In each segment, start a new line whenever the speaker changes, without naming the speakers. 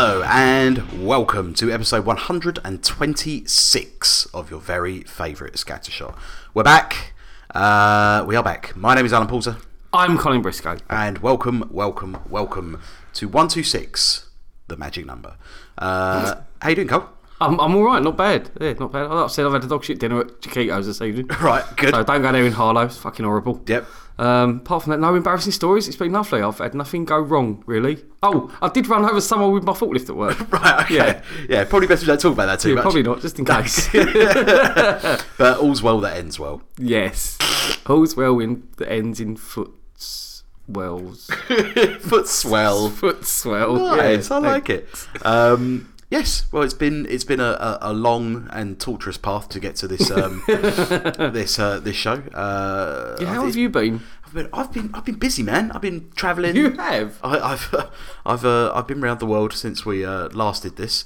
and welcome to episode 126 of your very favourite Scattershot. We're back. Uh, we are back. My name is Alan Poulter,
I'm Colin Briscoe.
and welcome, welcome, welcome to 126, the magic number. Uh, how you doing, Cole?
I'm, I'm all right, not bad. Yeah, not bad. Like I said, I've had a dog shit dinner at Chiquitos this evening.
Right, good.
So don't go there in Harlow. It's fucking horrible.
Yep.
Um, apart from that, no embarrassing stories. It's been lovely. I've had nothing go wrong, really. Oh, I did run over someone with my forklift at work.
Right, okay. Yeah,
Yeah.
probably best we don't talk about that too
Yeah,
much.
probably not, just in case.
but all's well that ends well.
yes. All's well in that ends in foots. Wells.
Foot swell.
Foot swell.
Nice,
yeah,
I like it. Um, yes, well, it's been it's been a, a, a long and torturous path to get to this um, this uh, this show. Uh,
Yeah,
I
how
think
have you been?
I've been, I've been I've been busy, man. I've been travelling.
You have?
I, I've I've uh, I've been around the world since we uh, last did this,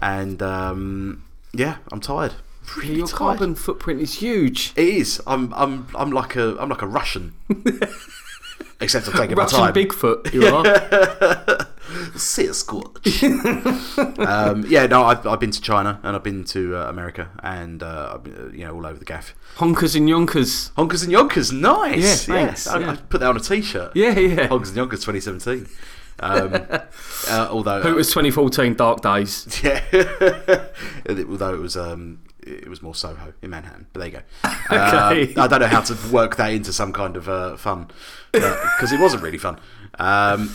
and um, yeah, I'm tired. Really
Your
tired.
carbon footprint is huge.
It is. I'm I'm I'm like a I'm like a Russian. Except I'm taking
Russian
my time.
Bigfoot, you are.
Sit squatch. um, yeah, no, I've, I've been to China and I've been to uh, America and uh, I've been, uh, you know all over the gaff.
Honkers and yonkers.
Honkers and Yonkers, nice.
Yeah, thanks,
I,
yeah.
I put that on a t-shirt.
Yeah, yeah.
Honkers and Yonkers 2017. Um, uh, although
It was 2014 Dark Days.
yeah, although it was um, it was more Soho in Manhattan. But there you go.
Okay.
Uh, I don't know how to work that into some kind of uh, fun because it wasn't really fun. Um,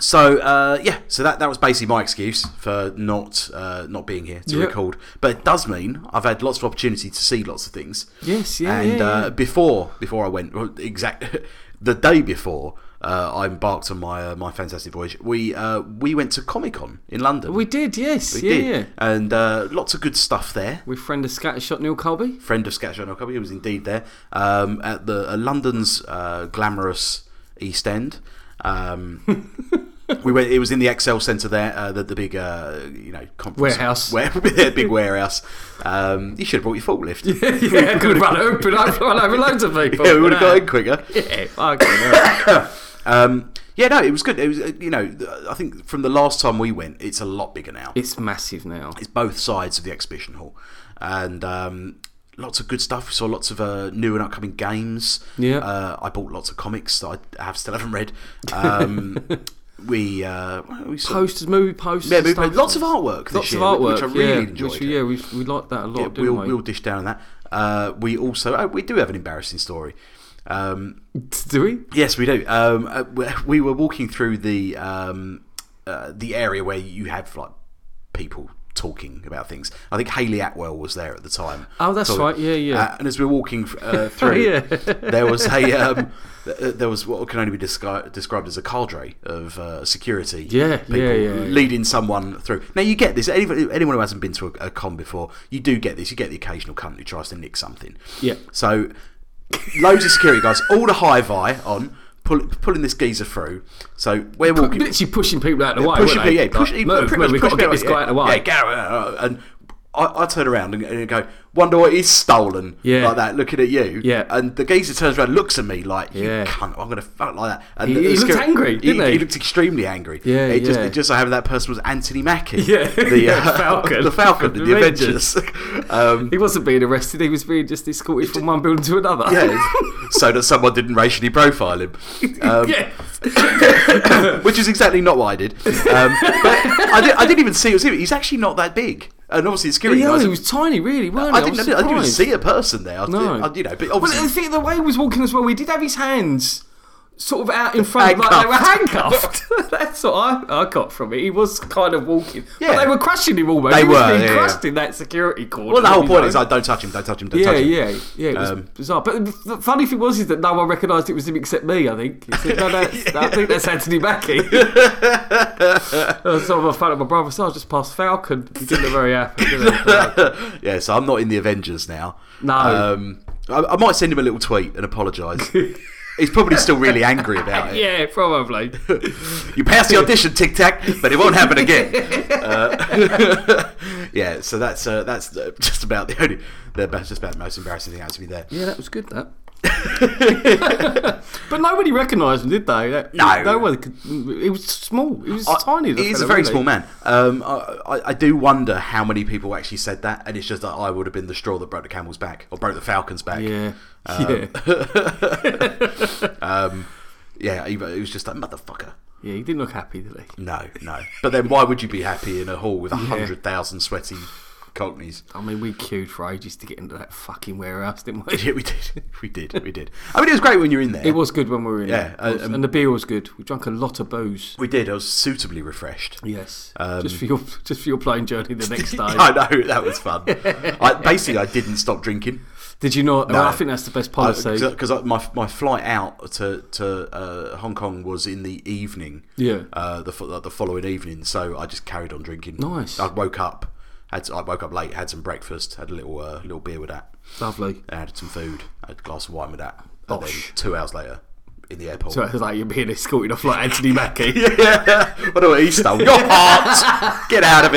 so uh, yeah, so that, that was basically my excuse for not uh, not being here to
Yeah.
record. But it does mean I've had lots of opportunity to see lots of things.
Yes, yeah,
And
yeah,
Uh,
yeah.
before before I went, well, exact the day before. Uh, I embarked on my uh, my fantastic voyage. We uh, we went to Comic Con in London.
We did, yes.
We
yeah,
did.
yeah.
And uh, lots of good stuff there.
With friend of Scattershot Neil Colby.
Friend of Scattershot Noel Cubby, he was indeed there um, at the uh, London's uh, glamorous East End. Um, we went. It was in the Excel Centre there, uh, the, the big uh, you know conference
Warehouse.
where, yeah, big warehouse. Um, you should have brought your forklift. Yeah,
yeah, could have run open. I've run over loads of people.
we would have got in quicker.
Yeah, fucking hell.
Um, yeah, no, it was good. It was uh, you know th- I think from the last time we went, it's a lot bigger now.
It's massive now.
it's both sides of the exhibition hall, and um, lots of good stuff. We saw lots of uh, new and upcoming games.
Yeah.
uh, I bought lots of comics that I have still haven't read. Um, we uh, we saw
Posters, movie posters.
yeah,
and
we-
stuff.
lots of artwork. This
Lots
year,
of artwork.
which I really
yeah,
enjoyed.
Which, yeah, we, we liked that a lot,
Yeah,
didn't
we'll,
we?
we'll dish down on that. Uh, we also oh, we do have an embarrassing story. Um,
Do we?
Yes, we do. Um, uh, we- we were walking through the um, uh, the area where you have like people talking about things. I think Haley Atwell was there at the time.
Oh, that's
Talking-
right. Yeah, yeah.
Uh, and as we were walking uh, through,
yeah.
there was a um, th- uh, there was what can only be descri- described as a cadre of uh, security.
Yeah,
people
yeah, yeah, yeah.
leading someone through. Now you get this. Anyone, anyone who hasn't been to a, a con before, you do get this. You get the occasional cunt who tries to nick something.
Yeah.
So loads of security guys, all the high vi on, pull, pulling this geezer through. So we're walking.
Literally pushing people out of the way.
Pushing
weren't
people,
they?
yeah, push,
like,
he
move,
pretty
move,
much
we've got to
pushed
get
me
this
out,
guy out of the
Yeah,
way.
get out, uh, and I, I turn around and, and go, wonder what is stolen,
Yeah.
like that, looking at you,
Yeah.
And the geezer turns around, looks at me like, you
Yeah.
cunt, I'm gonna fuck like that. And
He-
the-
he
the
looked
security-
angry, didn't he?
looked extremely angry.
Yeah,
it just
yeah.
it just so happened that person was Anthony Mackie,
Yeah,
the
yeah,
uh,
Falcon
the Falcon in the
Avengers.
Avengers. um,
He wasn't being arrested, he was being just escorted from one building to another.
yeah, so that someone didn't racially profile him. Um,
yes.
which is exactly not what I did. Um, but I, did, I didn't even see it was him. He's actually not that big, and obviously it's scary.
Yeah,
guys-
he was tiny, really, weren't
I didn't,
he?
I,
was
didn't, I didn't even
surprised.
see a person there. I,
No.
I- you know, but
Well, the
obviously,
thing, the way he was walking as well, we did have his hands sort of out in front, like they were handcuffed. That's what I, I got from it. He was kind of walking.
Yeah.
But they were crushing him almost.
They
he was
were,
being
yeah,
crushed
yeah.
in that security cordon.
well, the whole
you
point
know?
is, like, don't touch him, don't touch him, don't
yeah,
touch him.
yeah, yeah. It was
Um,
bizarre, but the funny thing was is that no one recognised it was him except me. I think. He said, no, that's, I think that's Anthony Mackie. Uh, so I found out my brother. So I was just past Falcon. He didn't look very happy. Did he?
yeah, so I'm not in the Avengers now.
No.
Um, I, I might send him a little tweet and apologise. He's probably still really angry about it.
yeah, probably.
You passed the audition, Tic Tac, but it won't happen again. Uh, yeah, so that's uh, that's uh, just about the only, the that's just about the most embarrassing thing out to me there.
Yeah, that was good. That. But nobody recognised him, did they? That-
No.
no one. Could, he was small. He was tiny. the
He's a
fella,
very
wasn't he?
small man. Um, I, I- I do wonder how many people actually said that, and it's just that I would have been the straw that broke the camel's back or broke the falcon's back.
Yeah.
Um,
yeah.
yeah. He, it was just that motherfucker.
Yeah, he didn't look happy, did he?
No, no. But then why would you be happy in a hall with a hundred thousand sweaty cockneys?
I mean, we queued for ages to get into that fucking warehouse, didn't we?
Yeah, we did. We did. We did. I mean, it was great when you were in there.
It was good when we were in
Yeah,
there. It was-
uh, um,
and the beer was good. We drank a lot of booze.
We did. I was suitably refreshed.
Yes,
Um,
just for your just for your plane journey the next day.
I know that was fun. I, basically, I didn't stop drinking
Did you not? Well, I think that's the best policy.
because my my flight out to to uh, Hong Kong was in the evening.
Yeah.
Uh, the fo- the following evening, so I just carried on drinking.
Nice.
I woke up. Had I woke up late. Had some breakfast. Had a little uh, little beer with that.
Lovely.
I had some food. Had a glass of wine with that. And then
Bosh.
two hours later, in the airport.
So it was like you're being escorted off like Anthony Mackie.
yeah. I know what he stole. Your heart. Get out of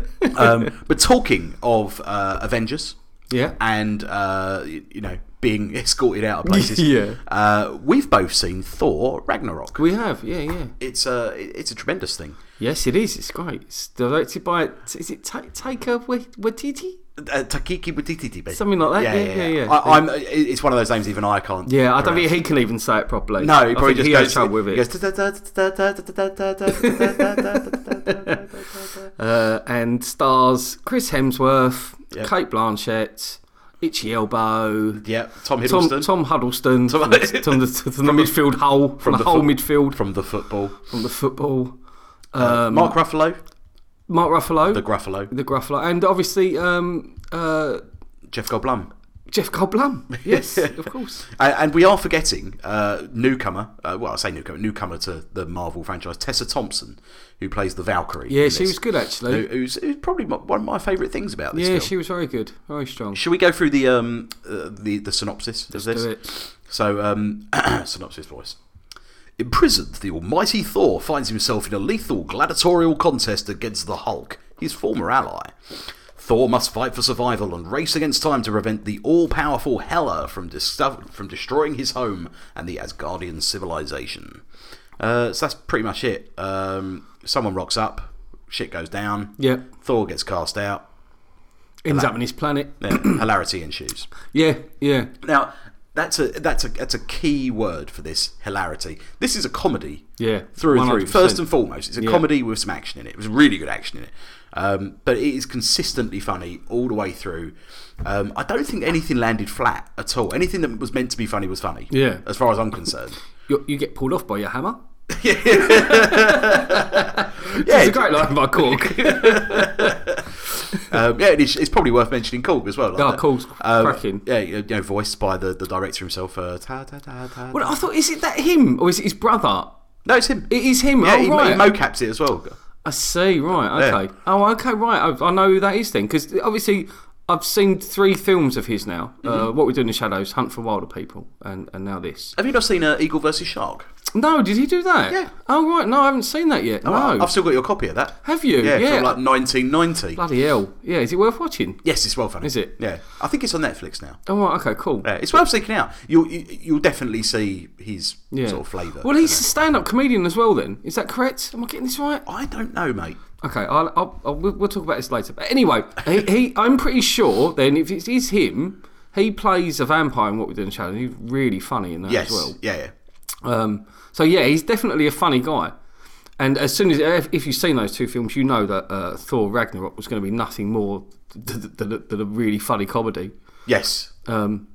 it. Um, but talking of uh, Avengers
Yeah.
and uh, y- you know being escorted out of places,
Yeah.
uh, we've both seen Thor Ragnarok.
We have. Yeah, yeah.
It's a it's a tremendous thing.
Yes, it is. It's great. It's directed by is it Ta- Taika Wai- Waititi?
Uh, Takiki Watititi, babe.
Something like that. Yeah, yeah, yeah.
I, I'm. It's one of those names even I can't.
Yeah, I don't
pronounce.
think he can even say it properly.
No, he
I
probably
think
just
he
goes
has trouble with
he
it.
goes,
Uh, and stars Chris Hemsworth,
Yep.
Kate Blanchett, Itchy Elbow,
yeah, Tom Hiddleston.
Tom, Tom Huddleston
Tom-
from, the, from the, from the midfield hole, from, the,
the
whole
foot-
midfield,
from the football.
from the football. Um,
Uh, Mark Ruffalo,
Mark Ruffalo,
the
the,
Gruffalo,
Gruffalo, and obviously um, uh,
Jeff Goldblum,
Jeff Goldblum. Yes, of course.
and, and we are forgetting uh, newcomer. Uh, well, I say newcomer, newcomer to the Marvel franchise, Tessa Thompson, who plays the Valkyrie.
Yeah,
in
she
this,
was good actually.
Who, who's, who's probably my- one of my favourite things about this
Yeah,
film.
she was very good, very strong.
Should we go through the um uh, the the synopsis of this?
Do it.
So, um, synopsis voice. Imprisoned, the almighty Thor finds himself in a lethal gladiatorial contest against the Hulk, his former ally. Thor must fight for survival and race against time to prevent the all powerful Hela from, discover- from destroying his home and the Asgardian civilization. Uh, so that's pretty much it. Um, someone rocks up, shit goes down,
Yeah,
Thor gets cast out,
ends up on his planet.
then hilarity ensues.
Yeah, yeah.
Now, that's a that's a that's a key word for this hilarity. This is a comedy.
Yeah,
Through and through.
100%.
First and foremost, it's a
Yeah.
comedy with some action in it. It was really good action in it. Um, but it is consistently funny all the way through. Um, I don't think anything landed flat at all. Anything that was meant to be funny was funny.
Yeah.
As far as I'm concerned.
You, you get pulled off by your hammer.
yeah.
It's a great line by Cork.
Um, yeah, and it's, it's probably worth mentioning Korg as well. Like
Oh,
that. Um,
Korg's cracking.
Yeah, you know, voiced by the, the director himself. Uh, ta, ta, ta, ta.
Well, I thought, is it that him or is it his brother?
no, it's him.
It is him.
yeah,
oh,
he,
right.
he mocaps it as well.
I see. Right. Okay. Oh, okay. Right. I, I know who that is then, because obviously I've seen three films of his now. Uh,
Mm-hmm.
what we do in the shadows, Hunt for Wilder People, and and now this.
Have you not seen uh, Eagle versus Shark?
No, did he do that?
Yeah.
Oh, right. No, I haven't seen that yet.
I-
no.
I've still got your copy of that.
Have you?
Yeah,
Yeah.
from like 1990.
Bloody hell. Yeah. Is it worth watching?
yes, it's well funny.
Is it?
Yeah, I think it's on Netflix now.
Oh, right. Okay. Cool.
Yeah, it's worth seeking out. You'll you, you'll definitely see his
Yeah.
sort of flavour.
Well, he's a stand-up comedian as well. Then is that correct? Am I getting this right?
I don't know, mate.
Okay, I'll, I'll, I'll, we'll we'll talk about this later. But anyway, he, he, I'm pretty sure then if it is him, he plays a vampire in What We Do in the Shadows. He's really funny in that
Yes.
as well.
Yeah, yeah.
Um, so yeah, he's definitely a funny guy. And as soon as if, if you've seen those two films, you know that uh, Thor Ragnarok was going to be nothing more th- th- than, a- than a really funny comedy.
Yes.
Um,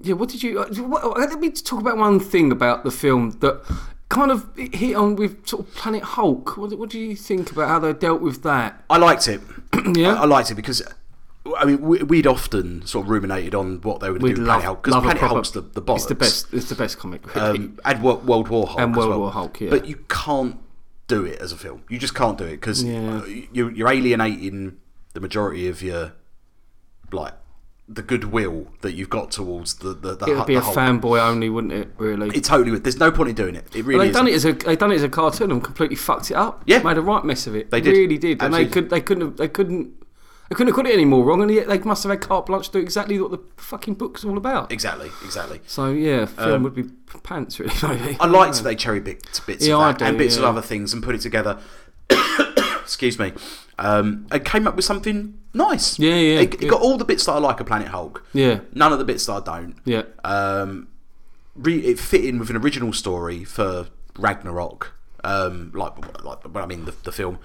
yeah, what did you? uh, What, uh, let me just talk about one thing about the film that kind of hit on with sort of Planet Hulk. What, what do you think about how they dealt with that?
I liked it.
Yeah.
I, I liked it because. I mean, we- we'd often sort of ruminated on what they were going to do with Planet Hulk because
love a
Planet
proper-
Hulk's the, the boss.
It's the best. It's the best comic. really.
Um, and Wo- World War Hulk.
And
as
World
well.
War Hulk, yeah.
But you can't do it as a film. You just can't do it because
Yeah.
you're, you're alienating the majority of your, like, the goodwill that you've got towards the the, the,
it
Hu-
would be
the
a
Hulk.
fanboy only, wouldn't it? Really.
It totally would. There's no point in doing it. It really
they
is.
done it as a they done it as a cartoon and completely fucked it up.
Yeah.
made a right mess of it.
They did.
really did, and
Absolutely.
they could they couldn't have, they couldn't. They couldn't have got it any more wrong, and yet they must have had carte blanche to do exactly what the fucking book's all about.
Exactly, exactly.
So yeah, film would be p- pants really.
Um,
Maybe.
I liked that they cherry picked bits
Yeah, I
of that
do,
and bits
yeah.
of other things and put it together. Excuse me. Um, and came up with something nice.
Yeah, yeah,
It, it
good.
got all the bits that I like of Planet Hulk.
Yeah,
None of the bits that I don't.
yeah,
Um, re- it fit in with an original story for Ragnarok. Um, like, like, well, I mean, the, the film.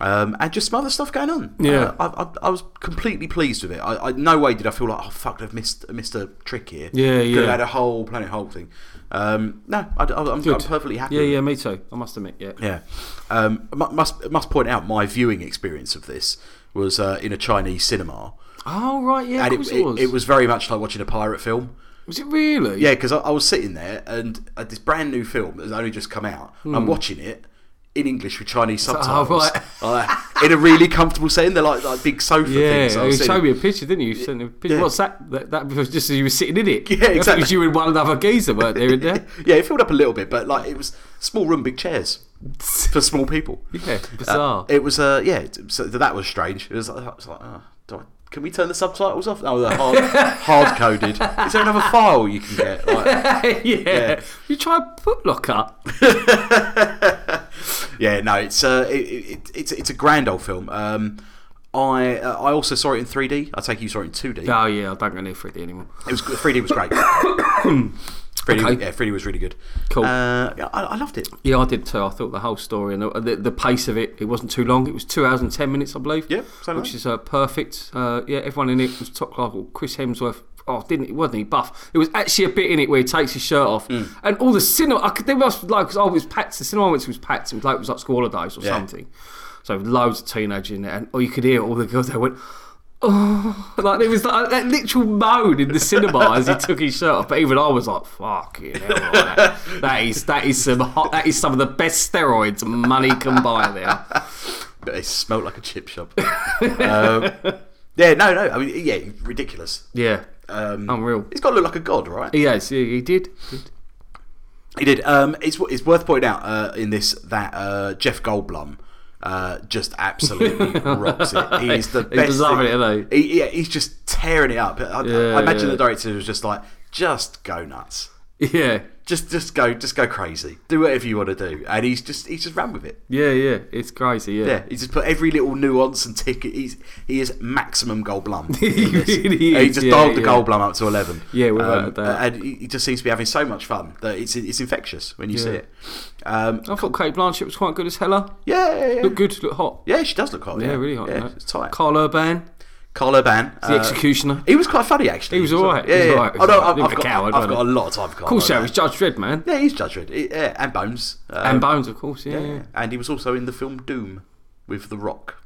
Um, and just some other stuff going on.
Yeah.
Uh, I, I, I was completely pleased with it. I, I no way did I feel like oh fuck, I've missed missed a trick here.
Yeah,
Could
yeah.
have had a whole Planet Hulk thing. Um, no, I, am
Good.
perfectly happy.
yeah,
with
yeah. Me too. I must admit, yeah.
yeah. Um, mu- must must point out my viewing experience of this was uh, in a Chinese cinema,
Oh right, yeah.
and
of course
it,
it, was.
it, it was very much like watching a pirate film.
Was it really?
Yeah, because I, I was sitting there and uh, this brand new film that has only just come out. and I'm watching it in English with Chinese subtitles,
Hmm. Oh, right.
Like, in a really comfortable setting. They're like like big sofa
Yeah,
things. I
you
was sitting-
showed me a picture, didn't you? You sent me a picture.
Yeah.
What's that? that? That was just as you were sitting in it.
Yeah,
That
exactly.
was you and one other geezer, weren't there? In there?
yeah, it filled up a little bit, but like it was small room, big chairs for small people.
Yeah,
Uh,
bizarre.
it was uh yeah it- so that was strange it was, I was like oh, do I, can we turn the subtitles off oh they're hard, hard coded is there another file you can get like,
yeah. you try a footlocker.
yeah no it's uh it, it, it's it's a grand old film um I uh, I also saw it in 3D I take it you saw it in 2D
Oh yeah, I don't go near Freddy anymore.
it was 3D was great 3D
Okay.
yeah 3D was really good
Cool.
uh, yeah, I, I loved it
Yeah, I did too. I thought the whole story and the, the, the pace of it, it wasn't too long. It was two hours and ten minutes, I believe.
Yeah, so
which
nice.
is uh, perfect. Uh, yeah, everyone in it was top class. Well, Chris Hemsworth. Oh, didn't he? Wasn't he buff? It was actually a bit in it where he takes his shirt off,
Mm.
and all the cinema. I could, they must like because oh, it was packed. The cinema I went to was packed. It was like it was like school holidays or
Yeah.
something. So loads of teenagers in there, and oh, you could hear all the girls. They went. Oh, like it was like that literal moan in the cinema as he took his shirt off. But even I was like, "Fucking hell, right, that, that is that is some hot, that is some of the best steroids money can buy." There,
but it smelled like a chip shop um, yeah no no I mean yeah ridiculous
yeah,
um,
unreal.
it's got to look like a god right
Yes, yeah, he did. Did.
He did. Um, it's it's worth pointing out uh, in this that uh, Jeff Goldblum uh, just absolutely rocks it. He's the
He
best.
was loving it, isn't
he? yeah, he's just tearing it up. I, I-
Yeah,
I imagine
yeah.
the director was just like, just go nuts,
Yeah,
just just go just go crazy, do whatever you want to do, and he's just he's just ran with it.
yeah, yeah. It's crazy. Yeah,
Yeah, he just put every little nuance and tick. He's he is maximum Goldblum. in this.
really
he
is,
just
yeah,
dialed the
yeah.
Goldblum up to eleven.
Yeah, without a
um,
doubt.
And he he just seems to be having so much fun that it's it's infectious when you see
Yeah.
it. Um,
I thought Kate Blanchett was quite good as Hella.
yeah, yeah, yeah.
Look good, look hot.
Yeah, she does look hot.
Yeah, really hot.
Yeah,
right?
it's tight.
Carl Urban,
Carl Urban.
the
uh,
executioner.
he was quite funny actually.
He was all right, he
Yeah,
was
yeah.
all right, he
Oh,
was
no,
all right.
I've,
Bit of
I've
a
got,
coward,
I've got a
wasn't
lot of time for Carl.
Of course, yeah,
Urban.
he's Judge Dredd, man,
Yeah, he's Judge Red. He- Yeah, and Bones. Um,
and Bones, of course. Yeah, yeah.
yeah, and he was also in the film Doom with The Rock,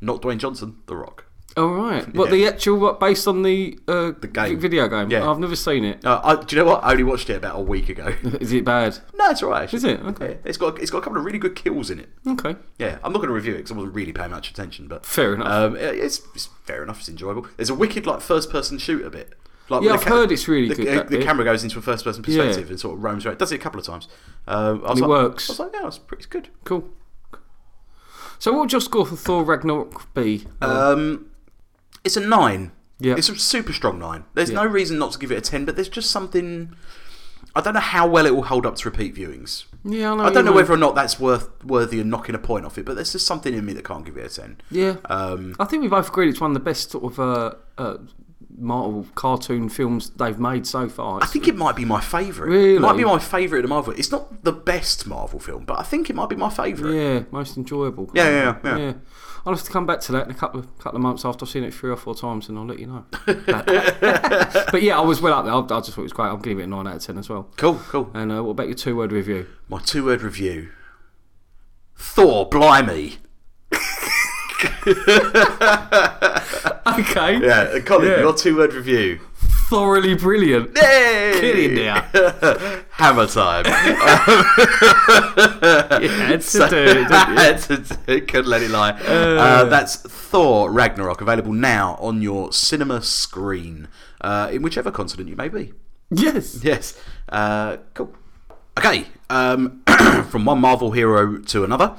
not Dwayne Johnson, The Rock.
All right. What the actual what based on the uh, the
game.
video game?
Yeah.
I've never seen it.
Uh, I, do you know what? I only watched it about a week ago.
Is it bad?
no, it's alright.
Is it? Okay.
Yeah, it's got it's got a couple of really good kills in it.
Okay.
Yeah, I'm not going to review it because I wasn't really paying much attention, but
Fair enough.
Um, it- it's, it's fair enough. It's enjoyable. There's a wicked like first person shooter bit. Like,
Yeah,
when the
I've heard it's really
the,
good,
The,
that
the
bit.
camera goes into a first person
Yeah.
perspective and sort of roams around. Does it a couple of times. Um, I was
it
like,
works.
I was like, yeah, it's pretty it's good.
cool. So, what would your score for Thor Ragnarok be?
Um, it's a nine.
Yeah.
it's a super strong nine. There's
Yeah.
no reason not to give it a ten, but there's just something. I don't know how well it will hold up to repeat viewings.
yeah, I know.
I
you
don't know
mean.
whether or not that's worth worthy of knocking a point off it, but there's just something in me that can't give it a ten.
Yeah.
Um,
I think we both agreed it's one of the best sort of uh, uh, Marvel cartoon films they've made so far.
I think it might be my favourite.
Really?
It might be my favourite of the Marvel. It's not the best Marvel film, but I think it might be my favourite.
yeah, most enjoyable.
Yeah, yeah, yeah, yeah.
I'll have to come back to that in a couple of couple of months after I've seen it three or four times, and I'll let you know. but yeah, I was well up there. I, I just thought it was great. I'm giving it a nine out of ten as well.
Cool, cool.
And uh, what about your two word review?
My two word review Thor, blimey.
Okay.
Yeah, uh, Colin,
Yeah.
your two word review.
Thoroughly brilliant.
Yay!
Get in there.
Hammer time.
You had to
So-
do it, didn't you?
Couldn't let it lie. Uh, that's Thor Ragnarok, available now on your cinema screen, uh, in whichever continent you may be.
Yes.
Yes. Uh, cool. Okay. Um, from one Marvel hero to another,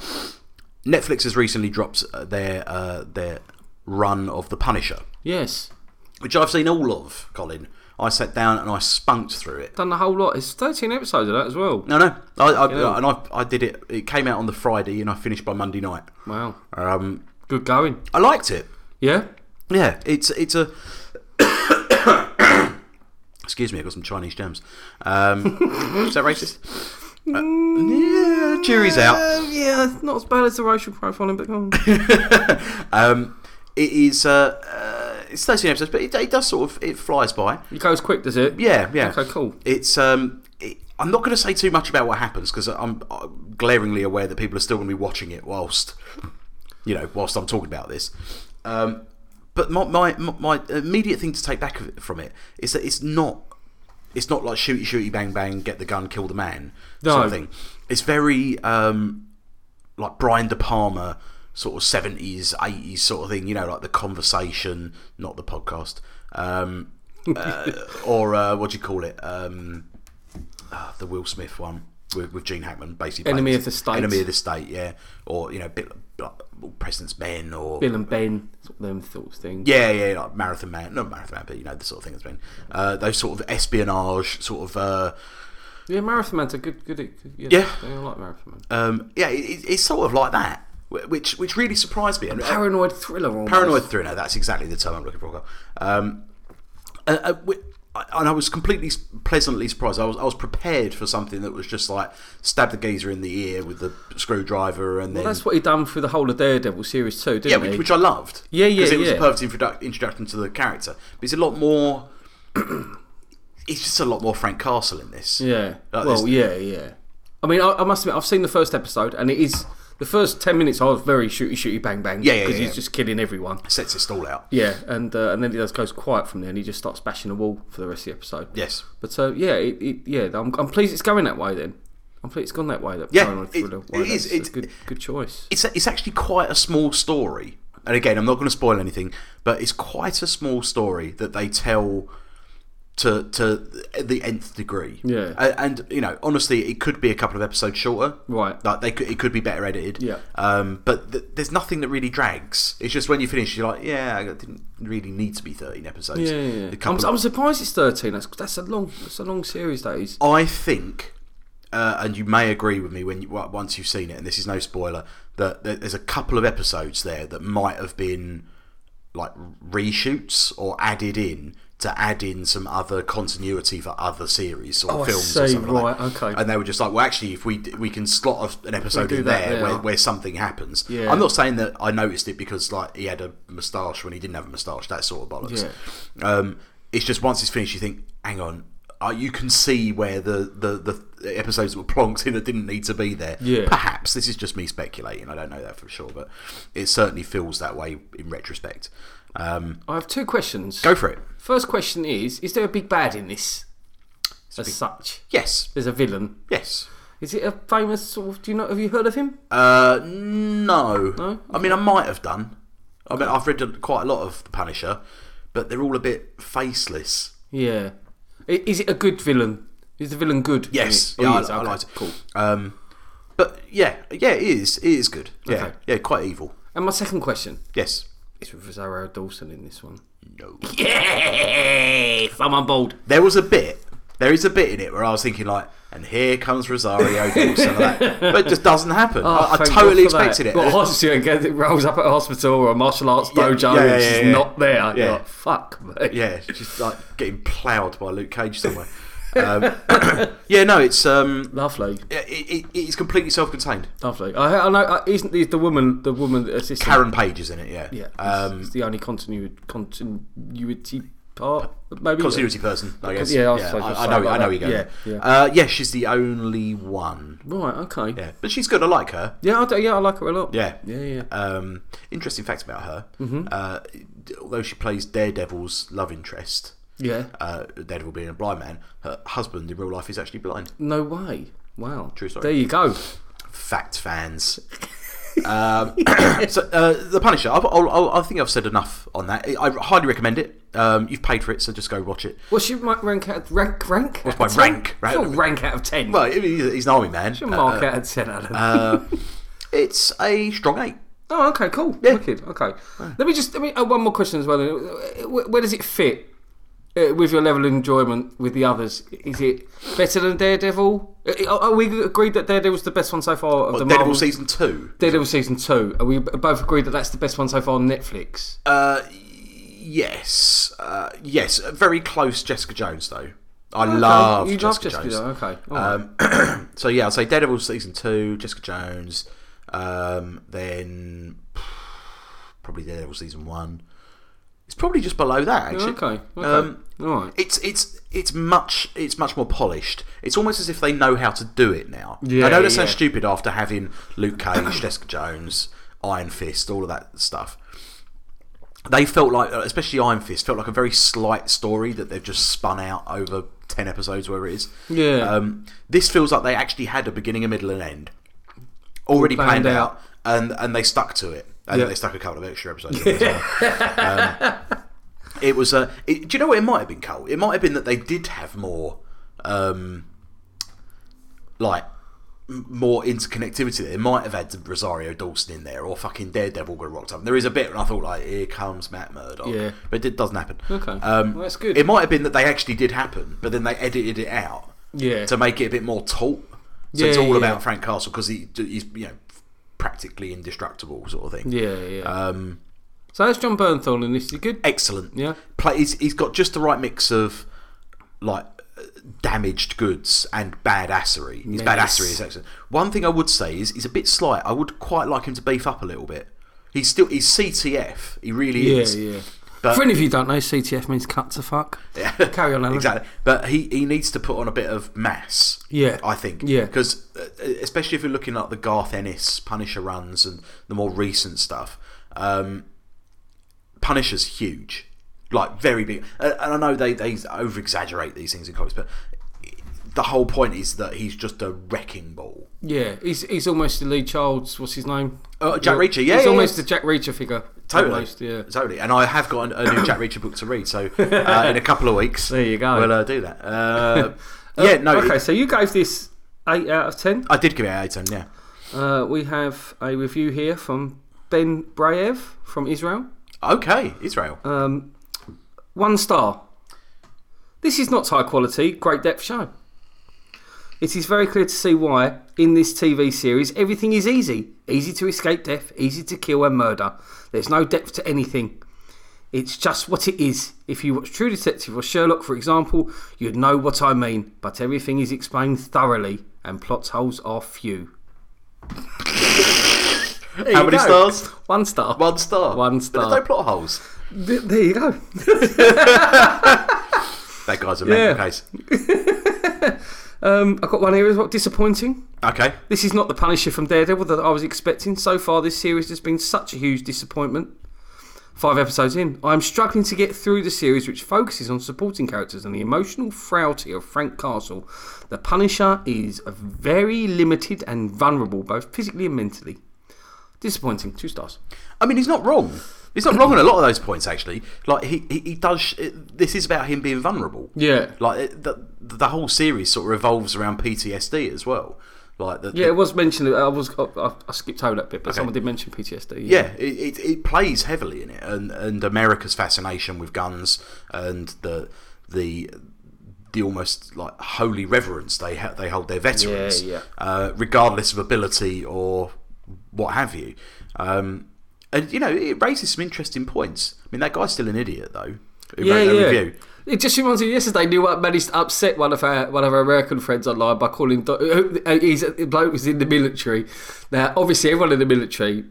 Netflix has recently dropped uh, their uh, their run of The Punisher,
Yes.
which I've seen all of, Colin. I sat down and I spunked through it.
Done the whole lot. It's 13 episodes of that as well.
No, no. I, I, And I, I did it. It came out on the Friday and I finished by Monday night.
Wow.
Um,
Good going.
I liked it.
Yeah?
Yeah, it's it's a. Excuse me, I got some Chinese gems. Um, is that racist? Uh, yeah, jury's out.
Um, yeah, it's not as bad as the racial profiling, but come on.
Um, it is. Uh, uh, it's thirteen episodes, but it, it does sort of it flies by.
it goes quick, does it?
Yeah, yeah.
Okay, cool.
It's. Um, it, I'm not going to say too much about what happens because I'm, I'm glaringly aware that people are still going to be watching it whilst, you know, whilst I'm talking about this. Um, but my, my my immediate thing to take back of it- from it is that it's not. It's not like shooty shooty bang bang get the gun kill the man sort
No.
of thing. It's very um, like Brian De Palma sort of seventies eighties sort of thing. You know, like the conversation, not the podcast. Um, uh, or uh, what do you call it? Um, uh, the Will Smith one with, with Gene Hackman, basically.
Enemy
playing-
of the State.
Enemy of the State, yeah. Or you know, bit like President's Men, or
Bill and Ben, sort of them sorts of things.
yeah, yeah, like Marathon Man, not Marathon Man, but you know the sort of thing that's been uh, those sort of espionage sort of. Uh,
Yeah, Marathon Man's a good, good, good yeah.
Yeah.
I like Marathon Man.
um, yeah, it, it- it's sort of like that, wh- which which really surprised me. And,
Paranoid thriller almost.
Paranoid Thriller. That's exactly the term I'm looking for. Carl. Um, uh, uh, wi- I- and I was completely s- pleasantly surprised. I was I was prepared for something that was just like stab the geezer in the ear with the screwdriver, and then
That's what he done through the whole of Daredevil series too, didn't
yeah,
he?
which, which I loved.
Yeah, yeah,
because it was a
yeah.
perfect introdu- introduction to the character. But it's a lot more. it's just a lot more Frank Castle in this.
Yeah.
Like
well,
this-
yeah, yeah. I mean, I, I must admit, I've seen the first episode, and it is the first ten minutes. I was very shooty, shooty, bang, bang.
Yeah, yeah,
Because
yeah.
he's just killing everyone.
sets it all out.
Yeah, and uh, and then he just goes quiet from there, and he just starts bashing the wall for the rest of the episode.
Yes.
But uh, yeah, it, it, yeah, I'm, I'm pleased it's going that way. Then I'm pleased it's gone that way. That
Yeah,
paranoid
it-
thriller
it
way.
is,
That's a
it-
good, good choice.
it's it's actually quite a small story. And again, I'm not going to spoil anything, but it's quite a small story that they tell to to the nth degree.
Yeah.
A- And, you know, honestly, it could be a couple of episodes shorter.
Right.
Like they could, it could be better edited.
Yeah.
Um, but th- there's nothing that really drags. It's just when you finish, you're like, yeah, it didn't really need to be 13 episodes.
Yeah, yeah, yeah.
A
I'm,
couple
I'm surprised it's 13. That's that's a long that's a long series. That is.
I think, uh, and you may agree with me when you, w- once you've seen it, and this is no spoiler, that that there's a couple of episodes there that might have been like reshoots or added in to add in some other continuity for other series or
Oh, I
films or
see.
something like
Right,
that.
okay.
And they were just like, well, actually, if we d- we can slot a, an episode
do
in
that,
there
yeah.
where, where something happens.
Yeah.
I'm not saying that I noticed it because like he had a moustache when he didn't have a moustache, that sort of bollocks. Um, it's just once it's finished, you think, hang on, uh, you can see where the, the, the episodes that were plonked in that didn't need to be there.
Yeah.
Perhaps this is just me speculating. I don't know that for sure, but it certainly feels that way in retrospect. Um,
I have two questions.
go for it.
First question is: Is there a big bad in this? As such,
Yes.
there's a villain.
Yes.
Is it a famous sort of? Do you know? Have you heard of him?
Uh, no.
No?
I mean, I might have done. I mean, I've read quite a lot of The Punisher, but they're all a bit faceless.
Yeah. I- Is it a good villain? Is the villain good? in
Yes,
it?
yeah,
he
I,
is,
I
okay,
liked it.
Cool.
Um, but yeah, yeah, it is. It is good. Yeah,
Okay.
yeah, quite evil.
And my second question
Yes.
is with Rosario Dawson in this one.
No.
Yes, I'm on board.
There was a bit. There is a bit in it where I was thinking like, and here comes Rosario Dawson, like, but it just doesn't happen. I, I
Oh, thank
totally
God for that.
expected it.
But honestly, again, it rolls up at a hospital or a martial arts
Yeah,
dojo
yeah,
and
yeah,
she's
yeah.
not there. Yeah.
Yeah.
fuck, mate.
yeah, it's just like getting ploughed by Luke Cage somewhere. um, yeah, no, it's um,
Lovely,
it, it, it's completely self-contained.
lovely. I, I know. uh, Isn't the, the woman the woman that assistant?
Karen Page is in it. Yeah.
Yeah, it's,
Um,
it's the only continuity continuity part. Maybe
continuity person, I guess.
yeah, I was like,
I,
just
I know.
like
I know
that.
he goes.
Yeah, yeah.
Uh, yeah, she's the only one.
Right. Okay.
Yeah, but she's good. I like her.
Yeah, I do, yeah, I like her a lot.
Yeah.
yeah, yeah.
Um, interesting fact about her.
Mm-hmm.
Uh, although she plays Daredevil's love interest,
yeah.
uh, Daredevil being a blind man, her husband in real life is actually blind.
No way. Wow.
True story.
There you go.
Fact fans. um, so, uh, the Punisher. I've, I'll, I'll, I think I've said enough on that. I I highly recommend it. Um, you've paid for it, so just go watch it.
What's your ma- rank out? Rank? Rank? What's
my rank?
Right.
Right. uh,
Your rank out of ten.
Well, he- he's an army man.
Your mark out of ten, Adam.
Uh, it's a strong eight.
Oh, okay, cool.
Yeah.
Wicked. Okay. Let me just let me oh, one more question as well. then. Where, where does it fit uh, with your level of enjoyment with the others? Is it better than Daredevil? Uh, Are, are we agreed that Daredevil's the best one so far of the
But
Marvel
Deadpool season two.
Daredevil season two? Are we both agreed that that's the best one so far on Netflix?
Uh, yes, uh, yes, very close. Jessica Jones though. I love,
okay. you
Jessica
love Jessica
Jones.
Jones. Okay. All right.
Um, so yeah, I'd say Daredevil season two, Jessica Jones, um, then probably Daredevil season one. It's probably just below that actually.
okay. Okay.
um,
all right.
It's it's it's much it's much more polished. It's almost as if they know how to do it now.
Yeah,
I know that sounds
yeah.
stupid after having Luke Cage, Jessica Jones, Iron Fist, all of that stuff. They felt like, uh, especially Iron Fist, felt like a very slight story that they've just spun out over ten episodes, wherever it is.
Yeah.
Um, this feels like they actually had a beginning, a middle, and end already
planned
planned,
out.
out, and and they stuck to it. And
Yeah.
they stuck a couple of extra episodes. in there as well. Um, it was a. It, do you know what it might have been, Cole? It might have been that they did have more, um, like m- more interconnectivity. They might have had Rosario Dawson in there, or fucking Daredevil got rocked up. There is a bit, and I thought like, here comes Matt Murdock.
Yeah.
but it doesn't happen.
Okay.
um,
Well, that's good.
It might have been that they actually did happen, but then they edited it out
yeah.
to make it a bit more taut. So it's
Yeah,
all
yeah.
about Frank Castle because he, he's you know practically indestructible sort of thing.
yeah. Yeah.
Um,
so that's John Bernthal in this. Is he good?
excellent.
Yeah.
Play, he's, he's got just the right mix of like uh, damaged goods and badassery. His
Menace.
badassery is excellent. One thing I would say is he's a bit slight. I would quite like him to beef up a little bit. He's still he's CTF. He really
Yeah.
is.
Yeah.
But-
For any of you who don't know, CTF means cut to fuck.
Yeah.
Carry on, Alan.
Exactly. But he, he needs to put on a bit of mass.
Yeah.
I think.
Yeah.
Because especially if you're looking at the Garth Ennis Punisher runs and the more recent stuff, um, Punisher's huge, like very big. And and I know they they over exaggerate these things in comics, but the whole point is that he's just a wrecking ball.
Yeah, he's he's almost the Lee Childs. What's his name?
Uh, Jack Reacher, yeah,
he's
yeah,
almost
yeah.
the Jack Reacher figure.
Totally,
almost, yeah.
totally. And I have got an- a new Jack Reacher book to read, so uh, in a couple of weeks,
There you go.
We'll uh, do that. Uh, yeah, no,
Okay,
it-
so you gave this eight out of ten.
I did give it an 8 out of 10, yeah.
Uh, we have a review here from Ben Brayev from Israel.
Okay, Israel.
Um, one star. This is not high quality, great depth show. It is very clear to see why, in this TV series, everything is easy. Easy to escape death, easy to kill and murder. There's no depth to anything. It's just what it is. If you watch True Detective or Sherlock, for example, you'd know what I mean, but everything is explained thoroughly and plot holes are few. There
How
you
many
go.
stars?
One star.
One star.
One
But
star.
there's no plot holes.
Th- There you go.
That guy's a
Yeah.
mental case.
Um, I've got one here as well. Disappointing.
Okay.
This is not the Punisher from Daredevil that I was expecting. So far, this series has been such a huge disappointment. Five episodes in, I am struggling to get through the series, which focuses on supporting characters and the emotional frailty of Frank Castle. The Punisher is very limited and vulnerable, both physically and mentally. Disappointing. Two stars.
I mean, he's not wrong. He's not wrong on a lot of those points, actually. Like, he, he, he does. Sh- it, this is about him being vulnerable.
Yeah.
Like, it, the, the whole series sort of revolves around PTSD as well. Like, the,
Yeah, it was mentioned. I was I, I- I skipped over that bit, but someone did mention PTSD.
yeah, it, it, it plays heavily in it, and, and America's fascination with guns and the the the almost like holy reverence they ha- they hold their veterans,
Yeah, yeah.
Uh, regardless of ability or what have you. Um, and you know, it raises some interesting points. I mean, that guy's still an idiot though. Who wrote that review.
It just reminds me yesterday. New Up managed to upset one of our one of our American friends online by calling. Do- who- uh, He's the bloke was in the military. Now, obviously, everyone in the military,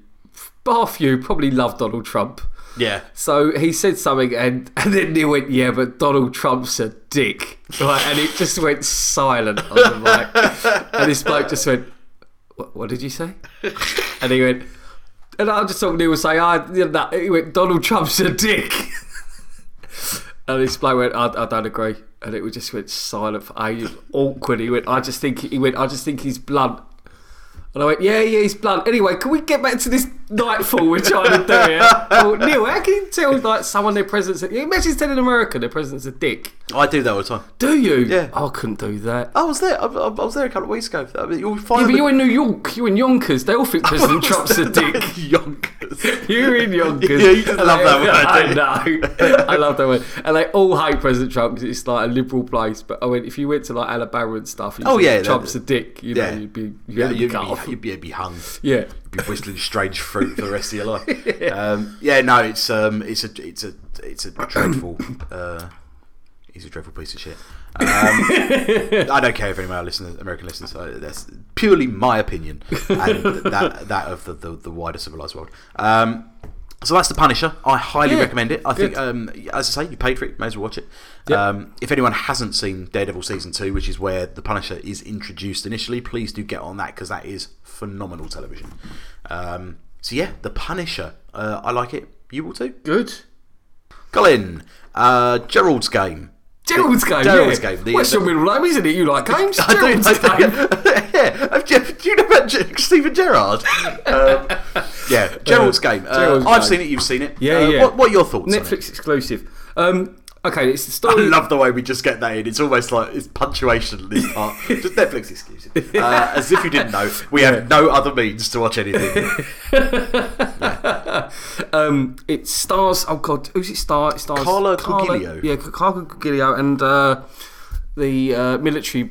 bar few, probably love Donald Trump.
Yeah.
So he said something, and and then they went, "Yeah, but Donald Trump's a dick," right? And it just went silent on the mic, and this bloke just went, "What, what did you say?" And he went, and I just thought Neil was saying, "I," you know, that- he went, "Donald Trump's a dick," and this bloke went, I, "I don't agree," and it was just went silent for ages, awkward. He went, "I just think," he went, "I just think he's blunt." And I went, yeah, yeah, he's blunt. Anyway, can we get back to this Nightfall we're trying to do it. Well, Neil, how can you tell like someone their presence? Imagine telling America their presence a dick.
I do that all the time.
Do you?
Yeah.
Oh, I couldn't do that.
I was there. I, I, I was there a couple of weeks ago. I mean, you'll find
yeah, but
the-
you're in New York. You're in Yonkers. They all think President Trump's a dick.
Yonkers.
You're in Yonkers.
Yeah, you just love that word,
I
don't you?
know. I love that word. And they all hate President Trump because it's like a liberal place. But I mean, if you went to like Alabama and stuff, and you
Oh,
said
yeah,
Trump's a
that-
dick. You
yeah.
know, you'd be you'd
Yeah,
be
you'd
cut off.
be, you'd be, you'd be hung.
yeah.
be whistling strange fruit for the rest of your life. Um, yeah, no, it's um, it's a it's a it's a dreadful uh, he's a dreadful piece of shit. Um, I don't care if any of our listeners, American listeners, uh, that's purely my opinion and that that of the the, the wider civilized world. Um, so that's the Punisher. I highly
Yeah,
recommend it. I think,
good.
um, as I say, you paid for it, may as well watch it.
Yep.
Um, if anyone hasn't seen Daredevil season two, which is where the Punisher is introduced initially, please do get on that because that is phenomenal television. Um, so yeah, the Punisher. Uh, I like it. You will too.
Good.
Colin, uh, Gerald's game.
Gerald's game.
Gerald's
yeah.
game, the-
What's your middle name, isn't it? You like games?
I do-
Gerald's
I do-
game.
yeah, I've ge- do you know about Ge- Stephen Gerrard? Um, yeah, Gerald's game. Uh,
Gerald's
I've
Game.
seen it. You've seen it.
Yeah,
Uh,
yeah.
What, what are your thoughts? on it?
Netflix exclusive. Um, okay, it's the
I
story.
love the way we just get that in. It's almost like it's punctuation this part. just Netflix excuse. it. Uh, as if you didn't know, we have no other means to watch anything.
um, it stars. Oh God, who's it star? It stars
Carla Cugilio.
Yeah, Ca- Carla Cugilio and uh, the uh, military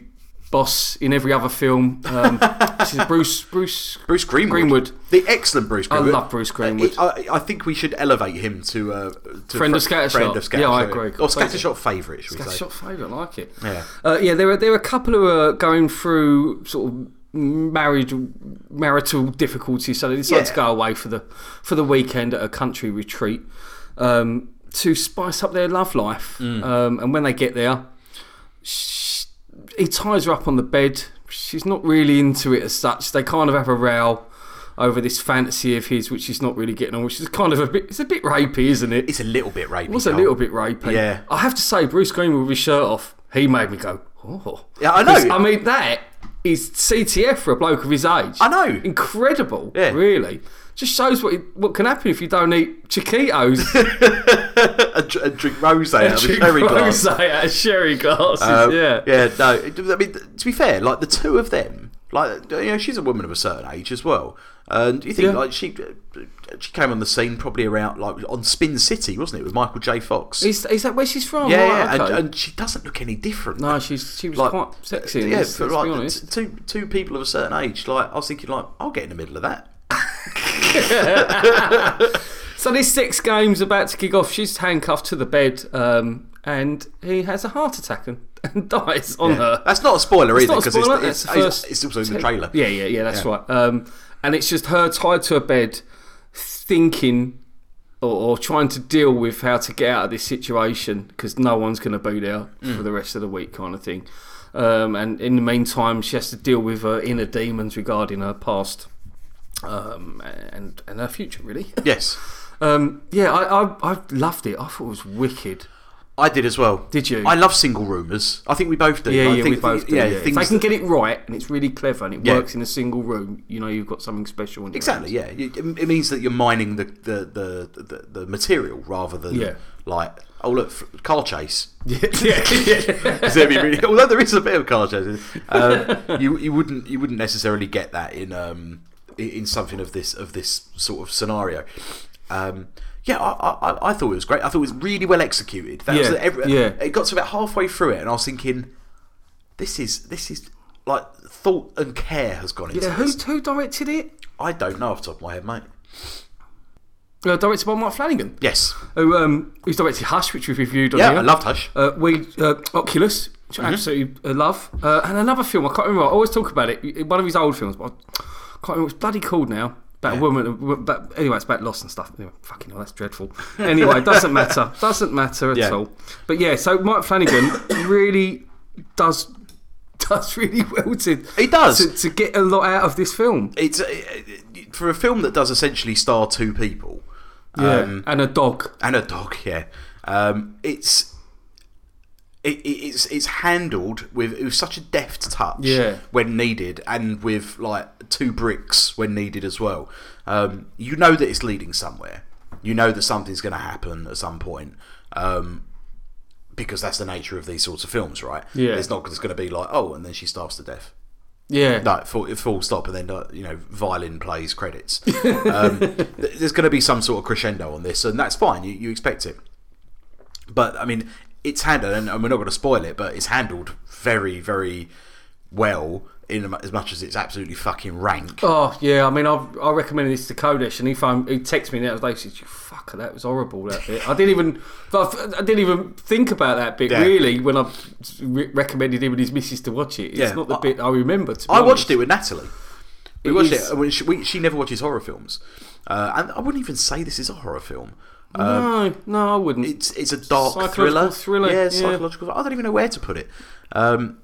boss in every other film. Um, this is Bruce. Bruce.
Bruce Greenwood.
Greenwood.
the excellent Bruce
I
Greenwood.
love Bruce Greenwood.
I, I- I think we should elevate him to, uh, to
Friend of
fr-
Scattershot.
Friend of Scattershot.
Yeah, I agree.
Or Scattershot favourite, should we
That's
say?
your favourite. I like it.
Yeah.
Uh, yeah, there are there are a couple who are going through sort of marriage marital difficulties, so they decide
Yeah.
to go away for the for the weekend at a country retreat um, to spice up their love life. Um, and when they get there, sh he ties her up on the bed. She's not really into it as such. They kind of have a row over this fantasy of his, which she's not really getting on. Which is kind of a bit. It's a bit rapey, isn't it?
It's a little bit rapey.
It was a
Carl.
little bit rapey.
Yeah.
I have to say, Bruce Greenwood with his shirt off, he made me go, oh.
Yeah, I know.
'Cause, I mean, that is CTF for a bloke of his age.
I know.
Incredible,
Yeah.
really. Just shows what it, what can happen if you don't eat Chiquitos.
and, dr- and drink rosé out of a
Drink
sherry glass.
rosé out of sherry glasses,
Um,
yeah.
yeah, no. it- I mean, th- to be fair, like the two of them, like you know, she's a woman of a certain age as well, and you think
Yeah.
like she she came on the scene probably around like on Spin City, wasn't it, with Michael J. Fox?
Is, is that where she's from?
yeah,
Right,
yeah,
okay.
and, and she doesn't look any different.
no, she's, she was
Like,
quite sexy. in
yeah,
this,
for
let's
like
be
the
honest.
t- two two people of a certain age, like I was thinking, like I'll get in the middle of that.
So this six game's about to kick off. She's handcuffed to the bed, um, and he has a heart attack and, and dies on her.
That's not a spoiler either
not a
because it's,
spoiler,
it's,
that's the
it's,
first
it's also in the trailer.
Yeah, yeah, yeah. That's
Yeah.
right. Um, and it's just her tied to a bed, thinking or, or trying to deal with how to get out of this situation because no one's going to be there
Mm.
for the rest of the week, kind of thing. Um, and in the meantime, she has to deal with her inner demons regarding her past um, and and her future, really.
Yes,
Um, yeah, I, I I loved it. I thought it was wicked.
I did as well.
Did you?
I love single rumors. I think we both do.
Yeah,
I
yeah,
think
we both do.
yeah,
Yeah,
things
If they can get it right and it's really clever and it
Yeah.
works in a single room, you know you've got something special. In your
Exactly. Yeah, it it means that you're mining the the the, the, the material rather than
Yeah.
like oh look f- car chase.
hands. yeah, yeah.
Is there any really- although there is a bit of car chase, um, you you wouldn't you wouldn't necessarily get that in um in- in something of this of this sort of scenario. Um, yeah, I, I, I- I thought it was great. I thought it was really well executed. That was
Yeah,
every,
yeah.
It got to about halfway through it, and I was thinking, this is this is like thought and care has gone into
Yeah, who
this.
who directed it?
I don't know off the top of my head, mate.
Uh, directed by Mike Flanagan,
Yes,
who um who's directed Hush, which we've reviewed on
yeah,
here.
I Mm-hmm. loved Hush.
uh, we uh, Oculus, which I absolutely uh, love, uh, and another film I can't remember. I always talk about it. One of his old films, but I can't remember. It's bloody called now. About a woman, uh, but anyway, it's about loss and stuff. Anyway, fucking hell, that's dreadful. Anyway, doesn't matter. Doesn't matter at
Yeah.
all. But yeah, so Mike Flanagan really does does really well to
He does.
to, to get a lot out of this film.
It's uh, for a film that does essentially star two people Um,
and a dog.
and a dog. Yeah, um, it's it, it- it's it's handled with it was such a deft touch
Yeah.
when needed, and with like two bricks when needed as well. Um, you know that it's leading somewhere. You know that something's going to happen at some point. Um, because that's the nature of these sorts of films, right?
Yeah.
It's not just going to be like, oh, and then she starves to death.
Yeah.
No, full, full stop, and then uh, you know, violin plays credits. um, th- there's going to be some sort of crescendo on this, and that's fine. You, you expect it, but I mean, it's handled, and, and we're not going to spoil it, but it's handled very, very well. In am- as much as it's absolutely fucking rank.
Oh yeah, I mean, I've, I recommended this to Kodesh, and he phoned, he texted me the other day. He said, "You fucker, that was horrible. That bit. I didn't even, I didn't even think about that bit
Yeah.
really when I re- recommended him and his missus to watch it. It's
Yeah.
not the
I-
bit I remember. To be
I
honest.
watched it with Natalie. We
oh, It
watched
is-
it. I mean, she, we, she never watches horror films, uh, and I wouldn't even say this is a horror film. um,
No, no, I wouldn't.
It's it's a dark
Psychological
thriller.
thriller,
Yeah,
yeah.
psychological. I don't even know where to put it. Um,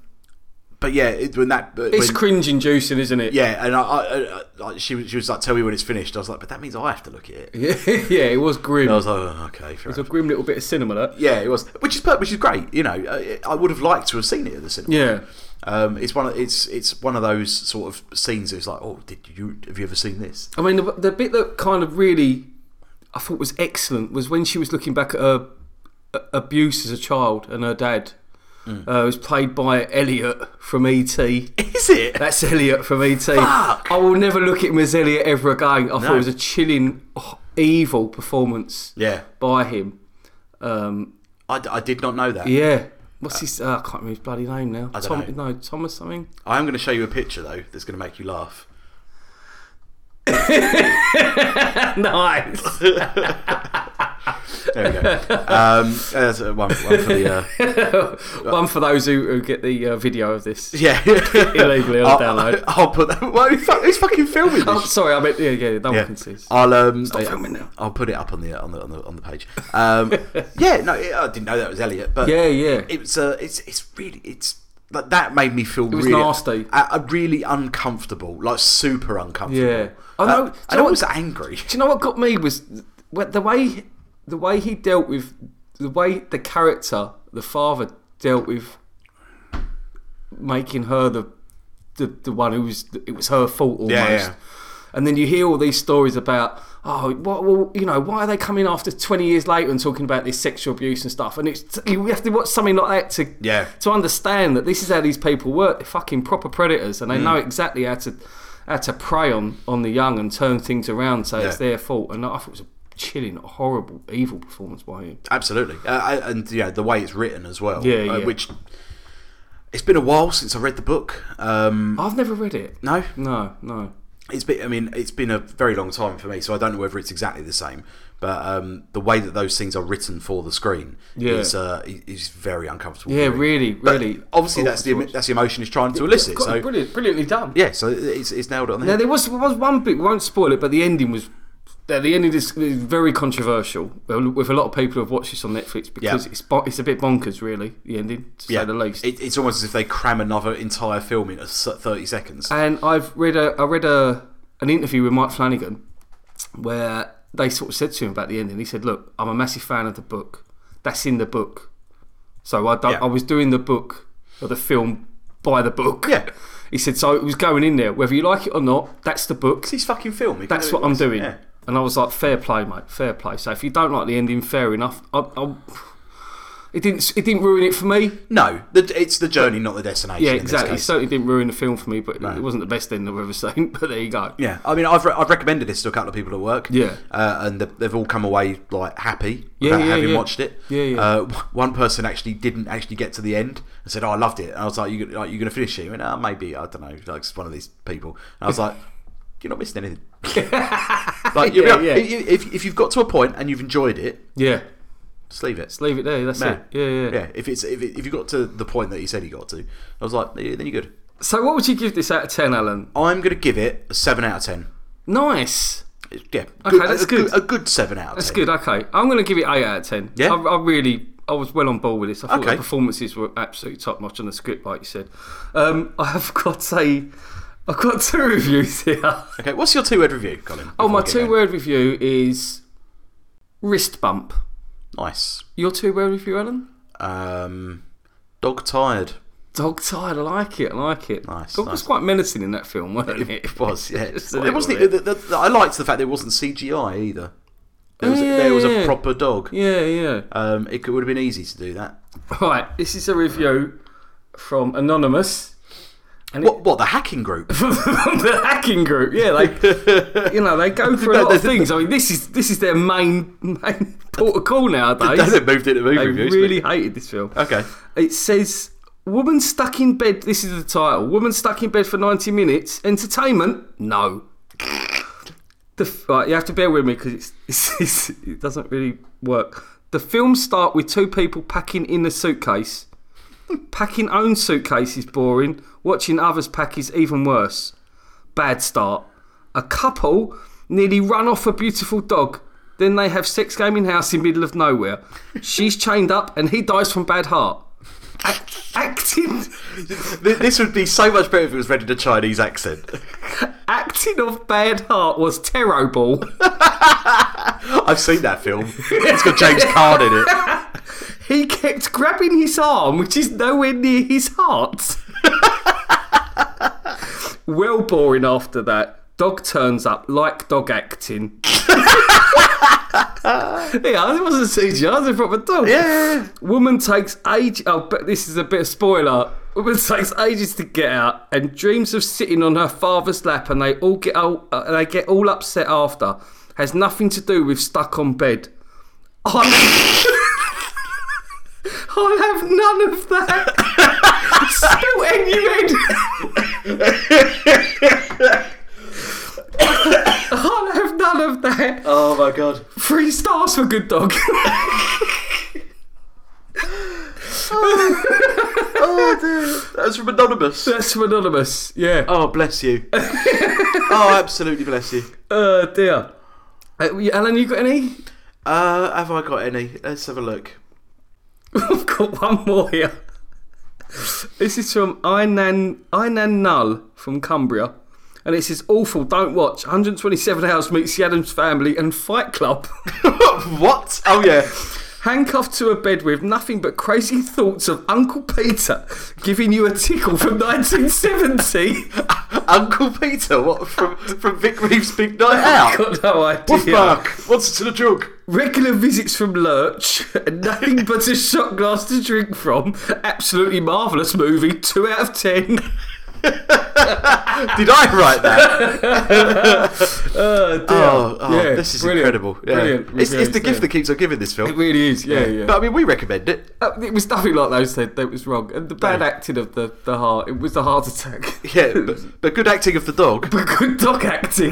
but yeah, it, when that when,
it's cringe inducing, isn't it?
yeah, and I, I, I like, she was- she was like, "Tell me when it's finished." I was like, "But that means I have to look at it."
Yeah, yeah, it was grim.
I
It
was like, oh, "Okay, fair
was a
enough."
grim little bit of cinema. That.
Yeah, it was, which is per- which is great. You know, I, I would have liked to have seen it at the cinema.
Yeah.
Um, it's one of it's it's one of those sort of scenes. It's like, oh, did you have you ever seen this?
I mean, the, the bit that kind of really I thought was excellent was when she was looking back at her a- abuse as a child and her dad.
Mm.
Uh, was played by Elliot from
Is
ET.
it?
That's Elliot from ET.
Fuck.
I will never look at him as Elliot ever again. I thought
No.
it was a chilling, oh, evil performance
yeah,
by him. Um,
I, d- I did not know that.
yeah, what's his? Uh, I can't remember his bloody name now.
I don't
Tom, No, Thomas something.
I am going to show you a picture though that's going to make you laugh.
nice.
There we go. um, that's uh, one, one for the uh,
One for those who, who get the uh, video of this.
yeah
Illegally on
I'll,
download.
I'll put that. Well, who's, fu- who's fucking filming
Oh,
this?
sorry, I meant yeah, yeah. No
Yeah.
one can see. this.
I'll um, I,
filming now.
I'll put it up on the on the on the, on the page. Um, yeah, no, I didn't know that was Elliot, but
Yeah, yeah.
it was. Uh, it's it's really it's like that made me feel
was
really
nasty.
Uh, uh, really uncomfortable, like super uncomfortable.
Yeah. I know-
Uh,
do you
and
know
I
what-
was angry.
Do you know what got me was wh- the way the way he dealt with the way the character, the father, dealt with making her the the, the one who was it was her fault almost.
Yeah, yeah.
And then you hear all these stories about oh what well you know why are they coming after twenty years later and talking about this sexual abuse and stuff and it's you have to watch something like that to
Yeah.
to understand that this is how these people work. They're fucking proper predators,
Mm.
and they know exactly how to how to prey on on the young and turn things around so it's
Yeah.
their fault. And I thought it was a chilling, horrible, evil performance by him.
Absolutely, uh, I- and yeah, the way it's written as well.
Yeah,
uh,
yeah.
Which it's been a while since I read the book. Um,
I've never read it.
no,
No, no.
it's been. I mean, it's been a very long time for me, so I don't know whether it's exactly the same. But um, the way that those things are written for the screen
Yeah.
is uh, i- is very uncomfortable.
Yeah,
for me.
really,
But
really. Oh,
Obviously,
awful
that's the
to
emo-
watch.
that's the emotion it's trying to elicit.
God,
So
brilliant, brilliantly done.
yeah, so it's, it's nailed it on the
Now
head.
there was was one bit. We won't spoil it, but the ending was. The the ending is is very controversial uh, with a lot of people who have watched this on Netflix because
Yeah.
it's bo- it's a bit bonkers, really. The ending, to
Yeah,
say the least.
It, it's almost as if they cram another entire film into s- thirty seconds.
And I've read a I read a an interview with Mike Flanagan where they sort of said to him about the ending. He said, "Look, I'm a massive fan of the book. That's in the book. So I don't,
Yeah.
I was doing the book or the film by the book."
Yeah.
He said, "So it was going in there, whether you like it or not. That's the book.
It's his fucking film.
That's what I'm doing."
Yeah.
And I was like, "Fair play, mate. Fair play. So if you don't like the ending, fair enough. I, I, it didn't it didn't ruin it for me.
No, the, it's the journey, not the destination.
Yeah,
in this
exactly. It
case.
certainly didn't ruin the film for me, but
No.
it wasn't the best ending I've ever seen. But there you go.
Yeah, I mean, I've, re- I've recommended this to a couple of people at work.
Yeah.
uh, and th- they've all come away like happy
Yeah,
about
yeah,
having
yeah.
watched it.
Yeah, yeah.
Uh, w- one person actually didn't actually get to the end and said, "Oh, I loved it." And I was like, "You gonna- like, you going to finish it?" He went, oh, "Maybe I don't know." Like it's one of these people, and I was like, "You're not missing anything." like, you
Yeah,
know,
yeah.
If, if- if you've got to a point and you've enjoyed it,
Yeah.
just leave it.
Just leave it there. That's
Man.
it. Yeah, yeah,
Yeah, if it's if, it, if you got to the point that he said he got to, I was like, yeah, "Then you're good."
So, what would you give this out of 10, Alan?
I'm going to give it a seven out of ten.
Nice.
It's- Yeah,
Okay,
a-
that's
a
good.
A good seven out of
That's
ten.
good. Okay. I'm going to give it 8 out of 10.
Yeah?
I, I really, I was well on board with this. I thought
Okay.
the performances were absolutely top notch on the script, like you said. Um, I have got a. I've got two reviews here.
Okay, what's your two-word review, Colin?
Oh,
Before we
my
get
two-word review is wrist bump.
going? Nice.
Your two-word review, Alan?
Um, Dog tired.
Dog tired. I like it. I like it.
Nice,
Dog was
nice.
quite menacing in that film, wasn't it?
It was, yeah.
It's
Well,
a
it wasn't.
little
It, the, the, I liked the fact that it wasn't CGI either. There was, a,
Yeah,
there was a
yeah.
proper dog.
Yeah, yeah.
Um, it could, would have been easy to do that.
Right. This is a review from Anonymous. And it-
What? What? The hacking group?
the hacking group, yeah, they, you know, they go through a lot of things. I mean, this is this is their main main protocol nowadays.
they moved it to movie
They
reviews,
really hated this film.
but- Okay.
It says, "Woman stuck in bed." This is the title. Woman stuck in bed for ninety minutes. Entertainment? No. The f- right, you have to bear with me because it's, it's, it's, it doesn't really work. The film start with two people packing in a suitcase. packing own suitcase is boring. Watching others pack is even worse. Bad start. A couple nearly run off a beautiful dog. Then they have sex game in house in middle of nowhere. She's chained up and he dies from bad heart. Act- acting,
Th- This would be so much better if it was read in a Chinese accent.
acting of bad heart was terrible.
I've seen that film. It's got James Caan in it.
He kept grabbing his arm, which is nowhere near his heart. well boring after that. Dog turns up like dog acting. yeah, it wasn't CGI, it was a proper dog.
Yeah.
Woman takes age. Oh, but this is a bit of spoiler. Woman takes ages to get out and dreams of sitting on her father's lap, and they all get all, uh, they get all upset after. Has nothing to do with stuck on bed. I'll have, I'll have none of that. Spill any I'll have none of that.
Oh my god.
Three stars for good dog.
Oh dear. That was from Anonymous.
That's from anonymous. Yeah.
Oh bless you. oh, absolutely bless you.
Oh dear. Uh, you- Alan, you got any?
Uh, have I got any? Let's have a look.
I've got one more here. This is from Inan Inan Null from Cumbria, and it says awful. Don't watch. 127 Hours meets the Adams Family and Fight Club.
what? Oh yeah.
Handcuffed to a bed with nothing but crazy thoughts of Uncle Peter giving you a tickle from 1970.
Uncle Peter, what from from Vic Reeves' Big Night Out?
got no
What
idea.
fuck? What's to the joke?
Regular visits from Lurch, and nothing but a shot glass to drink from. Absolutely marvellous movie, 2 out of 10.
Did I write that?
Oh, dear.
Oh, oh,
Yeah,
this is
brilliant.
incredible. Yeah.
Brilliant.
It's, it's
Brilliant,
the gift
yeah.
that keeps on giving this
It
film.
really is, yeah, yeah.
But I mean, we recommend it.
Uh, it was nothing like those said, that was wrong. And the bad acting of the, the heart, it was the heart attack.
Yeah, but, but good acting of the dog.
But good dog acting.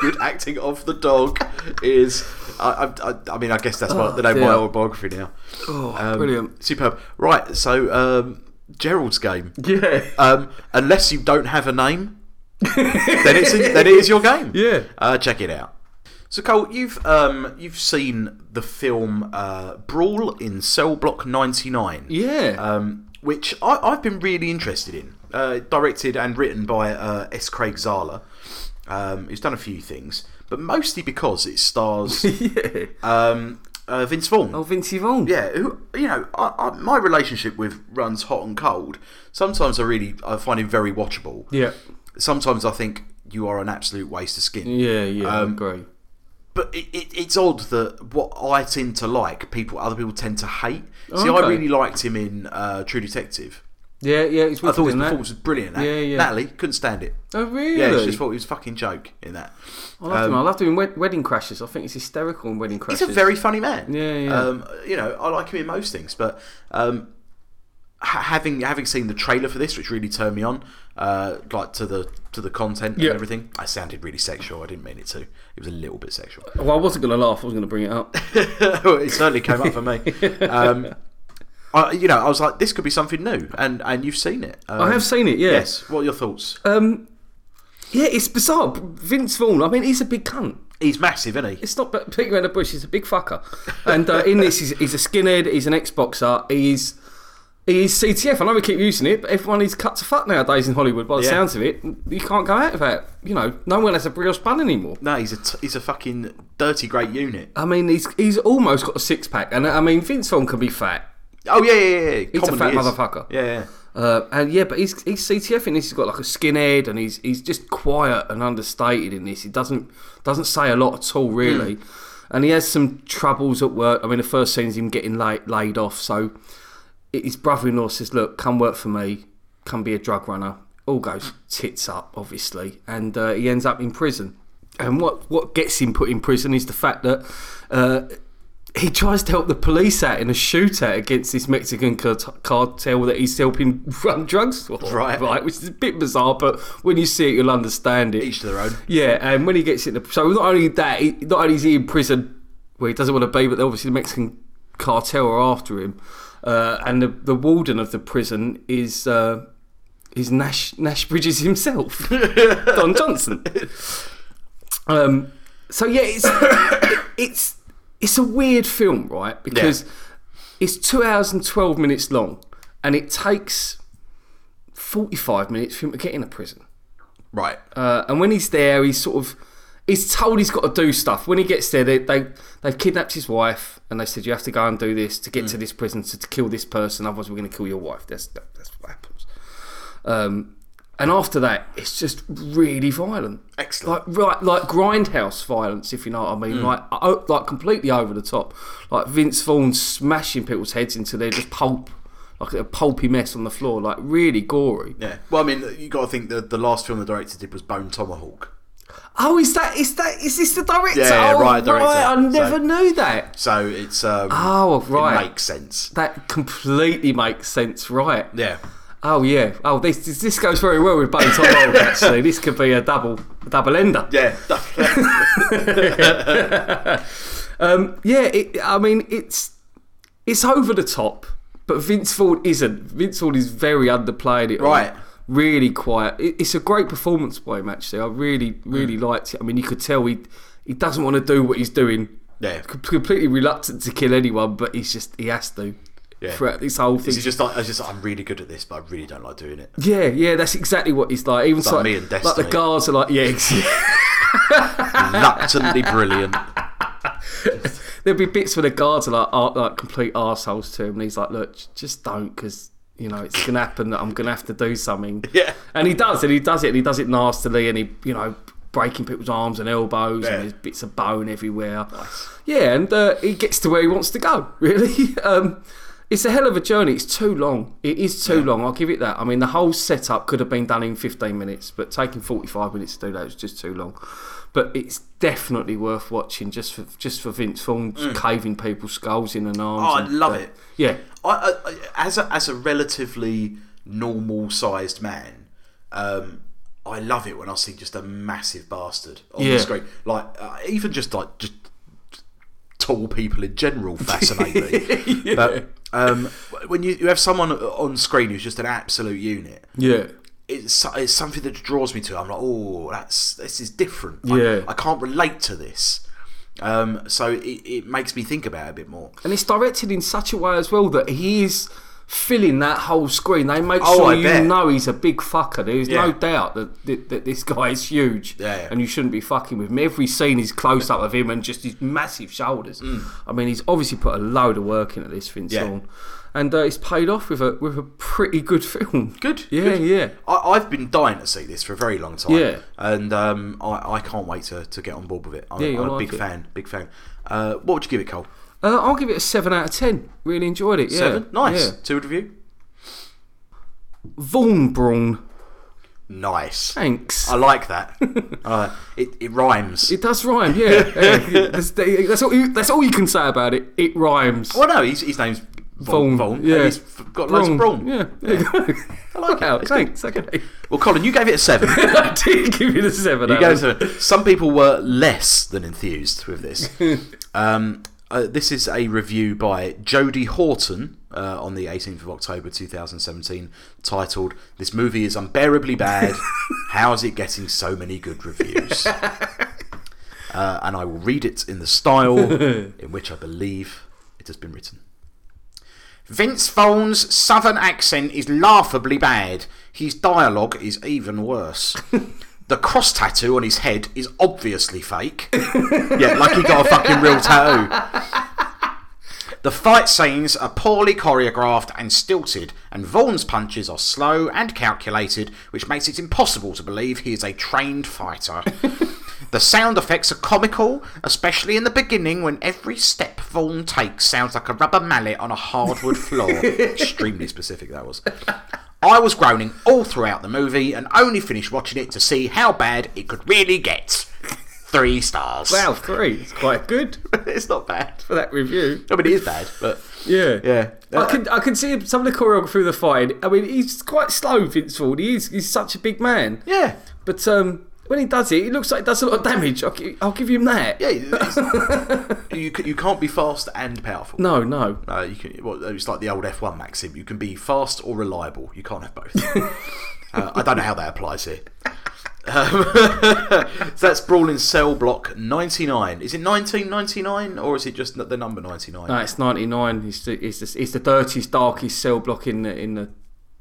Good acting of the dog is. I, I, I- I mean, I guess that's my, the name of my
dear.
autobiography now.
Oh,
Um,
brilliant.
Superb. Right, so um, Gerald's game.
Yeah.
Um, unless you don't have a name, then it's then it is your game.
Yeah.
Uh, check it out. So Cole, you've um, you've seen the film uh, Brawl in Cell Block 99.
Yeah.
Um, which I, I've been really interested in. Uh, directed and written by uh, S. Craig Zala, um, who's done a few things, but mostly because it stars
yeah.
um, uh, Vince Vaughn.
Oh, Vinci Vaughn.
Yeah, who you know, I, I, my relationship with runs hot and cold. Sometimes I really I find him very watchable.
Yeah.
Sometimes I think you are an absolute waste of skin.
Yeah, yeah,
Um,
I agree.
But it, it, it's odd that what I tend to like, people other people tend to hate. See, I
Okay.
really liked him in uh, True Detective.
Yeah, yeah, it's
I thought his
wicked in that.
performance was brilliant. in That.
Yeah, yeah.
Natalie couldn't stand it.
Oh, really?
Yeah, she just thought he was a fucking joke in that.
I loved him. I loved him in Wed- Wedding Crashes. I think it's hysterical in Wedding Crashes.
He's a very funny man.
Yeah, yeah.
Um, you know, I like him in most things, but um, ha- having having seen the trailer for this, which really turned me on, uh, like to the to the content
Yeah.
and everything, I sounded really sexual. I didn't mean it to. It was a little bit sexual.
Well, I wasn't going to laugh. I was going to bring it up.
it certainly came up for me. Um, I, you know, I was like, this could be something new, and and you've seen it. Um,
I have seen it. Yeah.
Yes. What are your thoughts?
Um, yeah, it's bizarre. Vince Vaughn. I mean, he's a big cunt.
He's massive, isn't he?
It's not but Peter around the bush. He's a big fucker. And uh, in this, he's, he's a skinhead. He's an Xboxer. He's he's CTF. I know we keep using it, but everyone is cut to fuck nowadays in Hollywood. By the
Yeah.
sounds of it, you can't go out of that. You know, no one has a real spun anymore.
No, he's a t- he's a fucking dirty great unit.
I mean, he's he's almost got a six pack, and I mean, Vince Vaughn can be fat.
Oh yeah, yeah, yeah. yeah.
He's a fat
Commonly is.
motherfucker.
Yeah, yeah.
Uh, and yeah, but he's he's CTF in this. He's got like a skinhead, and he's he's just quiet and understated in this. He doesn't doesn't say a lot at all, really. And he has some troubles at work. I mean, the first scene's him getting laid, laid off. So i- his brother-in-law says, "Look, come work for me. Come be a drug runner." All goes tits up, obviously, and uh, he ends up in prison. And what what gets him put in prison is the fact that. Uh, he tries to help the police out in a shootout against this Mexican cart- cartel that he's helping run drugs for.
Right.
Right, which is a bit bizarre, but when you see it, you'll understand it.
Each to their own.
Yeah, and when he gets into so not only that, he, not only is he in prison where he doesn't want to be, but obviously the Mexican cartel are after him, uh, and the, the warden of the prison is uh, is Nash Nash Bridges himself, Don Johnson. Um, so yeah, it's it's it's a weird film, right? Because it's two hours and twelve minutes long, and it takes forty five minutes for him to get into prison.
Right.
Uh, and when he's there, he's sort of he's told he's got to do stuff. When he gets there, they, they they've kidnapped his wife, and they said you have to go and do this to get to this prison to, to kill this person. Otherwise, we're going to kill your wife. That's that, that's what happens. Um, and after that, it's just really violent.
Excellent.
Like right, like grindhouse violence, if you know what I mean. Like o- like completely over the top. Like Vince Vaughn smashing people's heads into their just pulp, like a pulpy mess on the floor. Like really gory.
Yeah. Well, I mean, you got to think that the last film the director did was Bone Tomahawk.
Oh, is that is that is this the director?
Yeah, yeah,
oh,
right, director.
I never
So-
knew that.
So it's um,
Oh, right.
it makes sense.
That completely makes sense, right?
Yeah.
Oh yeah. Oh, this this, this goes very well with Bone Tom Hole, actually. This could be a double a double ender.
Yeah.
Um, yeah. It, I mean, it's it's over the top, but Vince Ford isn't. Vince Ford is very underplayed. It all.
Right.
Really quiet. It, it's a great performance by him. Actually, I really really
Mm.
liked it. I mean, you could tell he he doesn't want to do what he's doing.
yeah.
com- completely reluctant to kill anyone, but he's just he has to
Yeah.
throughout this whole thing.
It's just like, I just I'm really good at this, but I really don't like doing it.
yeah, yeah, that's exactly what he's like. Even
like
so-
me and
like the
Destiny.
guards are like, yeah, ex-
Reluctantly brilliant.
there'll be bits where the guards are like, are, like complete arseholes to him, and he's like, look, j- just don't, because you know it's gonna happen that I'm gonna have to do something.
Yeah.
and he does, and he does it, and he does it nastily, and he, you know. Breaking people's arms and elbows,
Yeah.
and there's bits of bone everywhere. Yeah, and uh, he gets to where he wants to go. Really, um, it's a hell of a journey. It's too long. It is too long. I'll give it that. I mean, the whole setup could have been done in 15 minutes, but taking 45 minutes to do that was just too long. But it's definitely worth watching just for just for Vince Vaughn caving people's skulls in and arms.
Mm. Oh, I
and,
love
uh,
it.
Yeah,
I, I, I- as a, as a relatively normal sized man, um, I love it when I see just a massive bastard on
Yeah.
the screen. Like uh, even just like just tall people in general fascinate me. But um, when you, you have someone on screen who's just an absolute unit,
yeah,
it's, so- it's something that draws me to. it. I'm like, oh, that's this is different. Like,
Yeah.
I can't relate to this. Um, so it, it makes me think about it a bit more.
and it's directed in such a way as well that he is filling that whole screen. They make
Oh,
sure
I
you
bet.
know he's a big fucker. There's no
Yeah.
doubt that, that that this guy is huge,
Yeah, yeah.
and you shouldn't be fucking with him. Every scene is close up of him and just his massive shoulders. I mean, he's obviously put a load of work into this Vince
Mm. Yeah.
Vaughn, and uh, it's paid off with a with a pretty good film.
Good,
yeah,
good.
yeah.
I, I've been dying to see this for a very long time.
Yeah.
And um, I, I can't wait to, to get on board with it. I'm,
Yeah, you'll
I'm a
like
big
it.
fan, big fan. Uh, what would you give it, Cole?
Uh, I'll give it a seven out of ten. Really enjoyed it. Yeah,
Seven? Nice.
Yeah.
Two would review?
Vaughn Braun.
Nice.
Thanks.
I like that. uh, it, it rhymes.
It does rhyme, yeah. yeah. That's, that's all. You, that's all you can say about it. It rhymes.
well, no, his, his name's Vaughn.
Vaughn,
Vaughn.
yeah.
And he's f- got loads of brawn.
Yeah. There you go.
I like
Wow,
it. It's good.
thanks. Okay.
Well, Colin, you gave it a seven. you
I did give you the seven.
gave it a
Alan.
seven. Some people were less than enthused with this. um, uh, this is a review by Jodie Horton uh, on the 18th of October 2017, titled "This movie is unbearably bad. How is it getting so many good reviews?" Uh, and I will read it in the style in which I believe it has been written. Vince Vaughn's southern accent is laughably bad. His dialogue is even worse. the cross tattoo on his head is obviously fake. yeah, like he got a fucking real tattoo. The The fight scenes are poorly choreographed and stilted, and Vaughn's punches are slow and calculated, which makes it impossible to believe he is a trained fighter. the sound effects are comical, especially in the beginning when every step Vaughn takes sounds like a rubber mallet on a hardwood floor. Extremely specific, that was. I was groaning all throughout the movie and only finished watching it to see how bad it could really get. Three stars.
Wow, three. It's quite good
it's not bad.
for that review.
I mean, it is bad, but
Yeah.
yeah. Uh,
I can I can see some of the choreography of the fight. I mean, he's quite slow, Vince Vaughn. He is, he's such a big man.
yeah.
But um, when he does it, it looks like it does a lot of damage. I'll, gi- I'll give him that.
Yeah, it's- you c- you can't be fast and powerful.
No, no.
No, you can. Well, it's like the old F1 maxim: you can be fast or reliable. You can't have both. uh, I don't know how that applies here. Um, so that's Brawling Cell Block 99. Is it 1999 or is it just the number 99?
No, it's 99. It's the, it's the, it's the dirtiest, darkest cell block in the, in the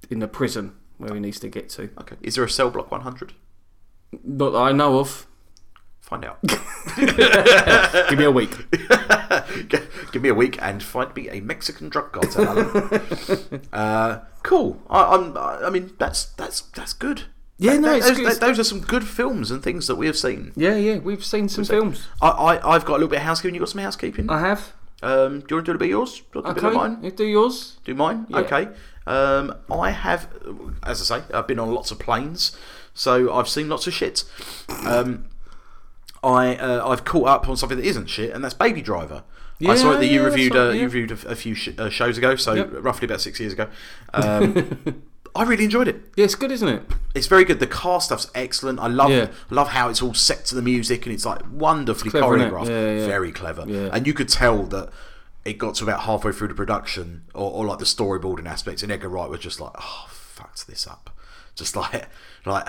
in the prison where he needs to get to.
Okay. Is there a Cell Block 100?
Not that I know of.
Find out.
Give me a week.
G- Give me a week and find me a Mexican drug cartel. uh, cool. I, I'm. I I mean, that's that's that's good.
Yeah, no,
Th-
it's
those,
good.
th- those are some good films and things that we have seen.
yeah, yeah. We've seen some films.
I, I I've got a little bit of housekeeping. You got some housekeeping?
I have.
um, do you want to do a bit of yours? Do you want to do a bit of
Okay,
mine?
you do yours.
Do mine? Okay. Um, I have, as I say, I've been on lots of planes, so I've seen lots of shit. Um, I uh, I've caught up on something that isn't shit, and that's Baby Driver. I saw it that you
Yeah,
reviewed.
that's right,
uh,
yeah.
You reviewed a, f- a few sh- uh, shows ago, so
Yep.
roughly about six years ago. Um, I really enjoyed it.
Yeah, it's good, isn't it?
It's very good. The car stuff's excellent. I love
Yeah.
I love how it's all set to the music and it's like wonderfully
Clever, innit?
choreographed.
Yeah, yeah.
Very clever.
Yeah.
And you could tell that it got to about halfway through the production or, or like the storyboarding aspects and Edgar Wright was just like, oh, fucked this up. Just like, like.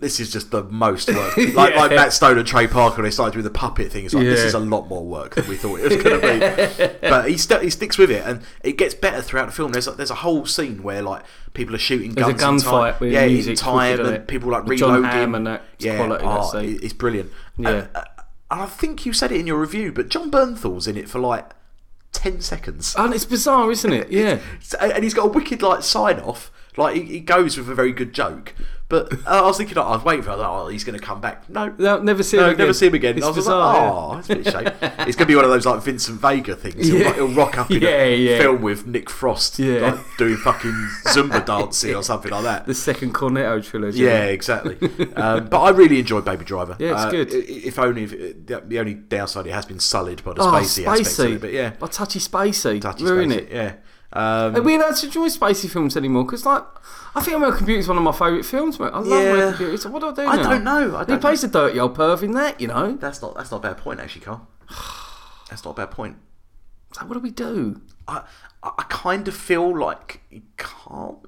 This is just the most work. Like, like Matt Stone and Trey Parker, they started with the puppet thing. It's like, this
Yeah.
is a lot more work than we thought it was going to be. But he, st- he sticks with it, and it gets better throughout the film. There's a, there's a whole scene where like people are shooting
There's a
guns in time.
gunfight with
yeah, in
music,
time,
wicked,
and
isn't it?
people like
With John
reloading.
Hamm and that, it's
yeah,
quality, that
oh,
scene.
it- it's brilliant.
Yeah.
And, uh, and I think you said it in your review, but John Bernthal's in it for like ten seconds,
And it's bizarre, isn't it? Yeah.
So- and he's got a wicked like sign off. Like he, he goes with a very good joke, but uh, I was thinking, like, I was waiting for like, oh, he's going to come back. No, no,
No, never seen.
I've
him again.
never see him again.
It's
I was
bizarre. yeah.
like, oh, it's a bit of a shame. it's going to be one of those like Vincent Vega things. He'll,
Yeah.
he'll rock up in
Yeah,
a
yeah.
film with Nick Frost,
Yeah.
like, doing fucking Zumba dancing or something like that.
The second Cornetto trilogy.
Yeah, exactly. um, but I really enjoyed Baby Driver. Uh,
Yeah, it's good.
i- If only if, uh, the, the only downside it has been sullied by the
Oh,
spacey, aspects of
Spacey.
it. But yeah,
Oh, touchy Spacey.
touchy
Ruin
spacey,
it.
Yeah. Um,
Are we allowed to enjoy Spacey films anymore? Because like, I think American Beauty is one of my favourite films, mate. I love
Yeah.
American Beauty. So what do I do
I
now?
don't know. I
He
don't.
plays a dirty old perv in that, you know.
know. That's not that's not a bad point actually, Carl. That's not a bad point.
So what do we do?
I I I kind of feel like you can't.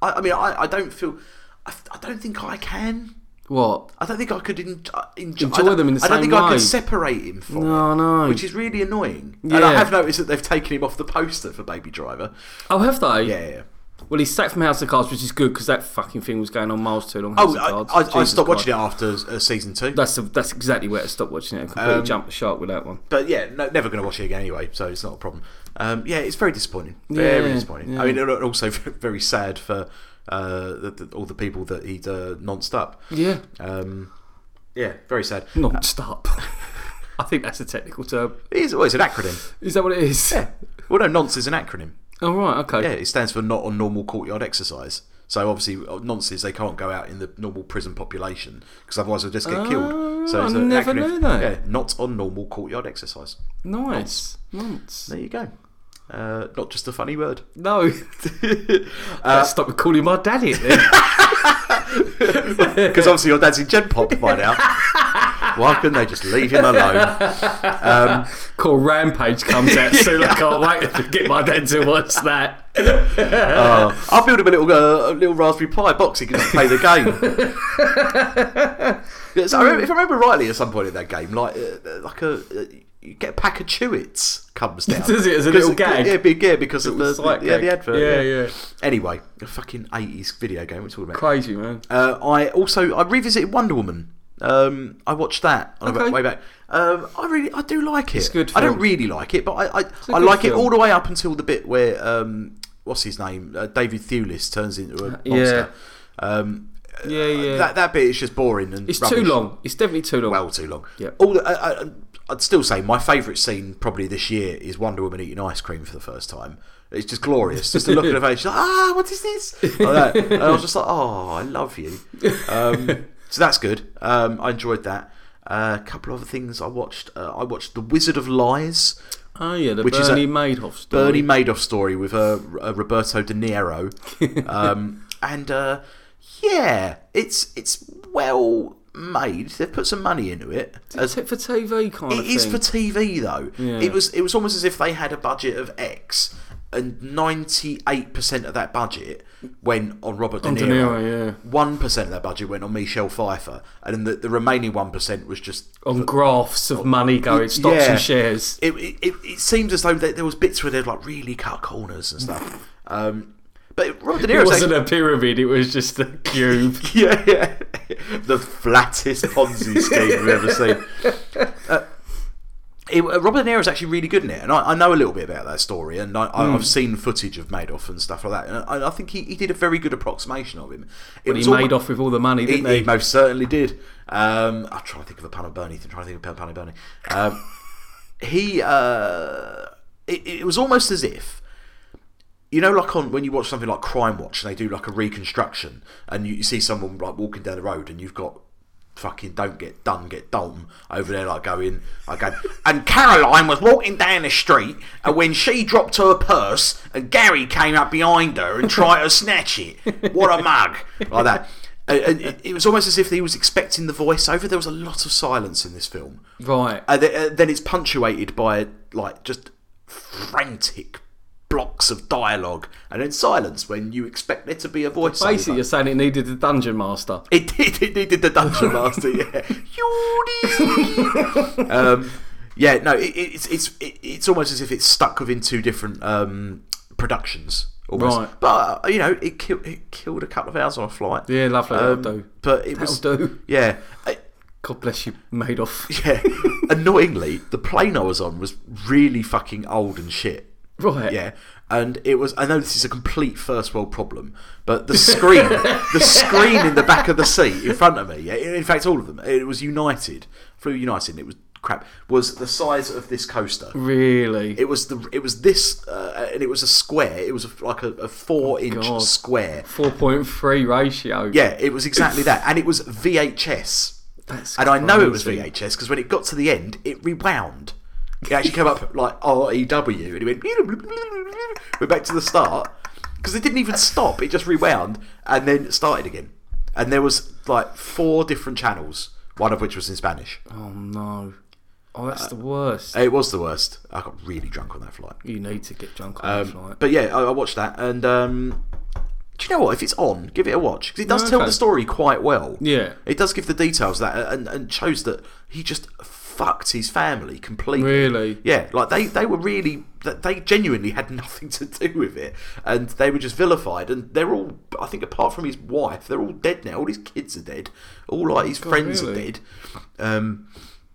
I, I mean, I, I don't feel. I, I don't think I can.
What?
I don't think I could en- uh, enjoy,
Enjoy
I don't-
them in the
I don't
same
think I
way.
could separate him from
No,
it,
Oh, no.
which is really annoying. And I
Yeah.
have noticed that they've taken him off the poster for Baby Driver.
Oh, have they?
Yeah, yeah.
Well, he's sacked from House of Cards, which is good because that fucking thing was going on miles too long.
Oh,
House of Cards.
I, I, I
Jesus
stopped
Christ.
watching it after uh, season two.
That's the, that's exactly where I stopped watching it. I completely
Um,
jumped the shark with that one.
But yeah, no, never going to watch it again anyway, so it's not a problem. Um, yeah, it's very disappointing. Very
Yeah,
disappointing.
yeah.
I mean, and also very sad for uh, the, the, all the people that he'd uh, nonced up.
Yeah.
Um, yeah, very sad.
Not stop. I think that's a technical term.
It's, well, it's an acronym.
Is that what it is? Yeah.
Well, no, nonce is an acronym.
All right. Okay.
Yeah, it stands for not on normal courtyard exercise. So obviously, uh, nonces they can't go out in the normal prison population because otherwise they'll just get killed. So
Oh, I
an
never
acronym-
knew that.
Yeah, not on normal courtyard exercise.
Nice. Months.
There you go. Uh, not just a funny word.
No.
Uh,
Better stop calling my daddy it then.
Because obviously your dad's in Gen Pop by now. Why couldn't they just leave him alone?
Call Rampage comes out soon. I can't wait to get my dad to watch that.
Uh, I'll build him a little uh, a little Raspberry Pi box. He can just play the game. Yeah, so I remember- if I remember rightly, at some point in that game, like uh, like a. Uh, you get a pack of Chewits comes down.
Does it as a
'Cause-
little gag?
Yeah, big yeah, because of the,
It's like
the, yeah, the
that.
advert.
Yeah,
yeah.
yeah.
Anyway, a fucking eighties video game. We're talking about.
Crazy man.
Uh, I also I revisited Wonder Woman Um, I watched that on the
Okay.
way back. Um, I really, I do like it.
It's a good
I
film.
don't really like it, but I, I, I
a good
like it
film.
all the way up until the bit where um, what's his name, uh, David Thewlis turns into a monster. Um,
Yeah, yeah.
that that bit is just boring and
it's
rubbish.
too long. It's definitely too long.
Well, too long.
Yeah.
All the, I, I, I'd still say my favourite scene probably this year is Wonder Woman eating ice cream for the first time. It's just glorious. Just the look in her face. She's like, ah, what is this? Like that. And I was just like, oh, I love you. Um, so that's good. Um, I enjoyed that. Uh, a couple other things I watched. Uh, I watched The Wizard of Lies,
oh yeah, the
Which is a-
Bernie Madoff story.
Bernie Madoff story with uh, R- uh, Roberto De Niro, um, and uh, yeah, it's it's well made. They've put some money into it. As-
Is it for TV kind of
it is
thing?
for TV though.
Yeah.
It was it was almost as if they had a budget of X, and ninety eight percent of that budget went on Robert De
On De Niro,
Niro. One of that budget went on Michelle Pfeiffer, and then the, the remaining one percent was just.
on graphs of money going stocks
yeah.
and shares.
It, it, it, it seems as though that there was bits where they'd like really cut corners and stuff. Um, but Robert De
It
Niro's
wasn't a pyramid. It was just a cube.
yeah, yeah. the flattest Ponzi scheme we've ever seen. Uh, it, uh, Robert De Niro's actually really good in it, and I, I know a little bit about that story, and I,
Hmm.
I I've seen footage of Madoff and stuff like that, and I, I think he, he did a very good approximation of him. It
he
was almo-
made off with all the money,
He,
didn't he?
he most certainly did. Um, I try to think of a pun on Bernie. I'm trying to think of a pun on Bernie. Um, he, uh, it, it was almost as if you know, like on when you watch something like Crime Watch, and they do like a reconstruction, and you, you see someone like walking down the road, and you've got fucking don't get done, get done over there, like going, like going, and Caroline was walking down the street, and when she dropped her purse, and Gary came up behind her and tried to snatch it. What a mug, like that. And- and it, it was almost as if he was expecting the voiceover. There was a lot of silence in this film
Right.
and then, uh, then it's punctuated by like just frantic blocks of dialogue and then silence when you expect there to be a voiceover.
Basically, you're saying it needed a dungeon master.
It did. It needed the dungeon master. Yeah. Yodee. um, yeah. No. It, it's it's it, it's almost as if it's stuck within two different um, productions. Almost.
Right.
But uh, you know, it killed it killed a couple of hours on a flight.
Yeah, lovely.
Um,
that'll do.
But it was.
That'll do.
Yeah. I-
God bless you, Madoff.
yeah. Annoyingly, the plane I was on was really fucking old and shit.
Right.
Yeah. And it was I know this is a complete first world problem, but the screen the screen in the back of the seat in front of me, yeah, in fact all of them, it was United. Flew United and it was crap. Was the size of this coaster.
Really?
It was the it was this uh, and it was a square. It was a, like a, a 4 inch
God.
square.
4.3 ratio.
Yeah, it was exactly that. And it was VHS.
That's
and I know it was
crazy.
VHS because when it got to the end, it rewound. It actually came up like REW and it went. We're back to the start because it didn't even stop. It just rewound and then started again. And there was like four different channels, one of which was in Spanish.
Oh, no. Oh, that's the worst.
It was the worst. I got really drunk on that flight.
You need to get drunk on the flight.
um, But yeah, I, I watched that and. Um, do you know what? If it's on, give it a watch because it does tell
Okay.
the story quite well.
Yeah.
It does give the details of that and, and shows that he just fucked his family completely.
Really?
Yeah, like they, they were really that they genuinely had nothing to do with it, and they were just vilified. And they're all, I think, apart from his wife, they're all dead now. All his kids are dead. All like his friends are
Oh, really?
dead. Um,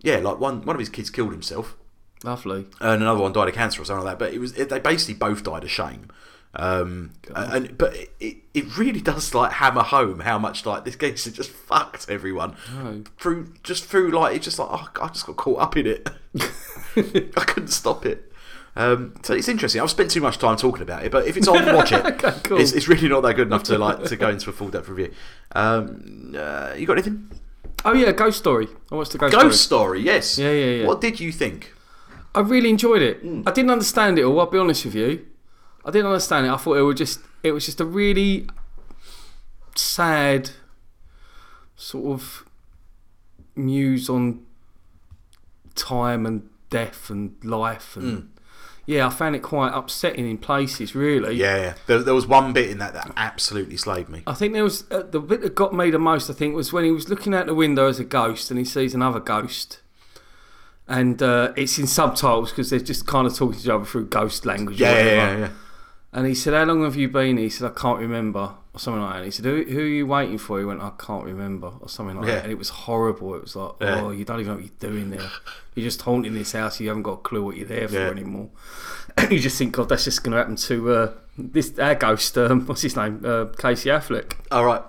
yeah, like one one of his kids killed himself,
Lovely.
and another one died of cancer or something like that. But it was they basically both died of shame. Um, and but it, it really does like hammer home how much like this gangster just fucked everyone
No.
through just through like it's just like oh, I just got caught up in it. I couldn't stop it. Um, so it's interesting. I've spent too much time talking about it, but if it's on, watch it.
Oh. Okay, cool.
It's, it's really not that good enough to like to go into a full depth review. Um, uh, you got anything?
Oh, yeah, Ghost Story. I watched the Ghost, Story.
Ghost Story, yes.
Yeah, yeah, yeah.
What did you think?
I really enjoyed it. I didn't understand it all. I'll be honest with you. I didn't understand it. I thought it was just it was just a really sad sort of muse on time and death and life and yeah, I found it quite upsetting in places. Really,
Yeah, yeah. There, there was one bit in that that absolutely slayed me.
I think there was uh, the bit that got me the most. I think was when he was looking out the window as a ghost, and he sees another ghost, and uh, it's in subtitles because they're just kind of talking to each other through ghost language. or
yeah, yeah,
whatever.
yeah, yeah.
And he said, "How long have you been?" here?" He said, "I can't remember." I or something like that. And he said, who, who are you waiting for? He went, I can't remember, or something like
Yeah.
that. And it was horrible. It was like,
Yeah.
oh, you don't even know what you're doing there. You're just haunting this house. You haven't got a clue what you're there for
Yeah.
anymore. you just think, God, that's just going to happen to uh, this our ghost. Um, what's his name? Uh, Casey Affleck.
All right.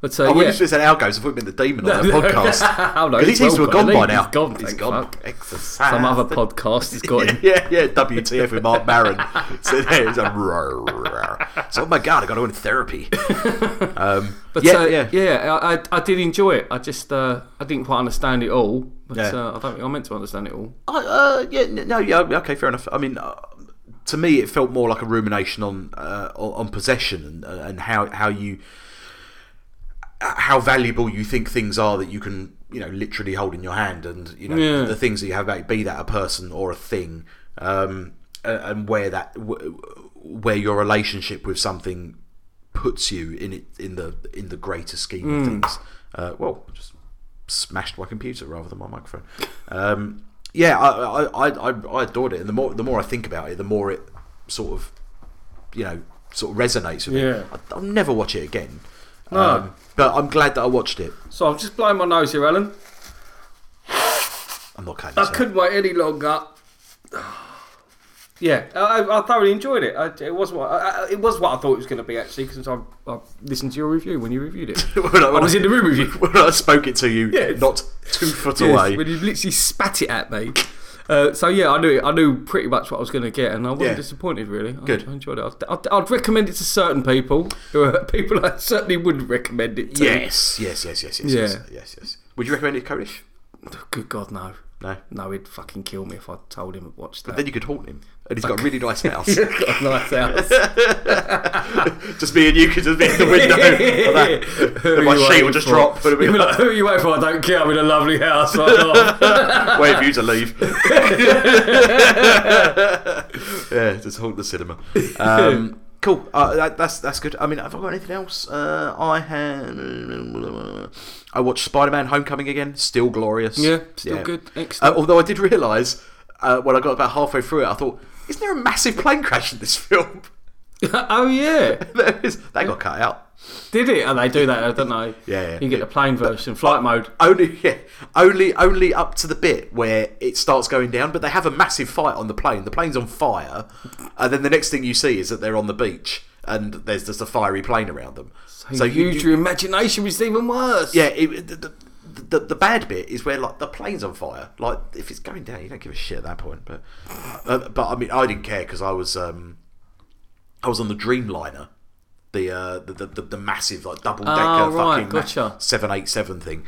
But uh,
Oh, we
yeah.
just said Algos. I thought we meant the demon on that podcast.
oh, no,
Because he
he's
seems to
well
have gone by
gone.
now.
He's gone.
He's
thank
gone.
fuck.
Exercise.
Some other podcast has got him.
yeah, yeah, WTF with Mark Maron. so there was a rawr, rawr. So, oh my God, I got to go in therapy. Um,
But
yeah,
uh,
yeah,
yeah, I, I, I did enjoy it. I just uh, I didn't quite understand it all. But
Yeah.
uh, I don't think I meant to understand it all.
I, uh, yeah, n- no, yeah, okay, fair enough. I mean, uh, to me, it felt more like a rumination on uh, on on possession and uh, and how how you how valuable you think things are that you can you know literally hold in your hand and you know
Yeah.
the things that you have about be that a person or a thing um, a- and where that wh- where your relationship with something puts you in it in the in the greater scheme of
Hmm.
things uh, well I just smashed my computer rather than my microphone um, yeah I, I, I, I- I adored it and the more the more I think about it the more it sort of you know sort of resonates with
Yeah.
me I, I'll never watch it again
No.
Um, but I'm glad that I watched it.
So I'm just blowing my nose here, Alan.
I'm not
I
counting.
couldn't wait any longer. Yeah, I, I thoroughly enjoyed it. I, it was what I, I- it was what I thought it was going to be actually, because I, I listened to your review when you reviewed it.
when, I,
I
when,
was
I,
in the room with you.
when I spoke it to you,
Yes.
not two foot
Yes,
away.
when you literally spat it at me. Uh, so yeah, I knew I knew pretty much what I was going to get, and I wasn't
Yeah.
disappointed really. I-
Good.
I, enjoyed it. I'd, I'd, I'd recommend it to certain people, who are people I certainly wouldn't recommend it to.
yes, yes, yes, yes, yes,
Yeah.
yes, yes, yes. Would you recommend it, Kodesh?
Good God, no,
No.
no, he'd fucking kill me if I told him I watched that.
Then you could haunt him, and he's got a really nice house.
Got a nice house.
just me and you could just be in the window. like that.
Who
And
are
my
you
sheet will
waiting
just
for?
drop. And it'll be
You'll be
like,
like, who are you waiting for? I don't care. I'm in a lovely house. Right off.
wait for you to leave. yeah, just haunt the cinema. Um, cool. Uh, that, that's that's good. I mean, have I got anything else? Uh, I had. I watched Spider-Man: Homecoming again. Still glorious.
yeah, still
Yeah.
good. Excellent.
Uh, although I did realise uh, when I got about halfway through it, I thought, isn't there a massive plane crash in this film?
oh yeah.
there is. That got cut out.
Did it? And they do that, don't they?
Yeah, yeah.
You get the plane version, flight mode.
Only, yeah, only, only up to the bit where it starts going down. But they have a massive fight on the plane. The plane's on fire, and then the next thing you see is that they're on the beach and there's just a fiery plane around them. So,
use your imagination, which is even worse.
yeah, it, the, the, the the bad bit is where like the plane's on fire. Like if it's going down, you don't give a shit at that point. But uh, but I mean, I didn't care because I was um I was on the Dreamliner. The, uh, the, the the the massive like double decker
Oh, right,
fucking
gotcha.
seven eight seven thing,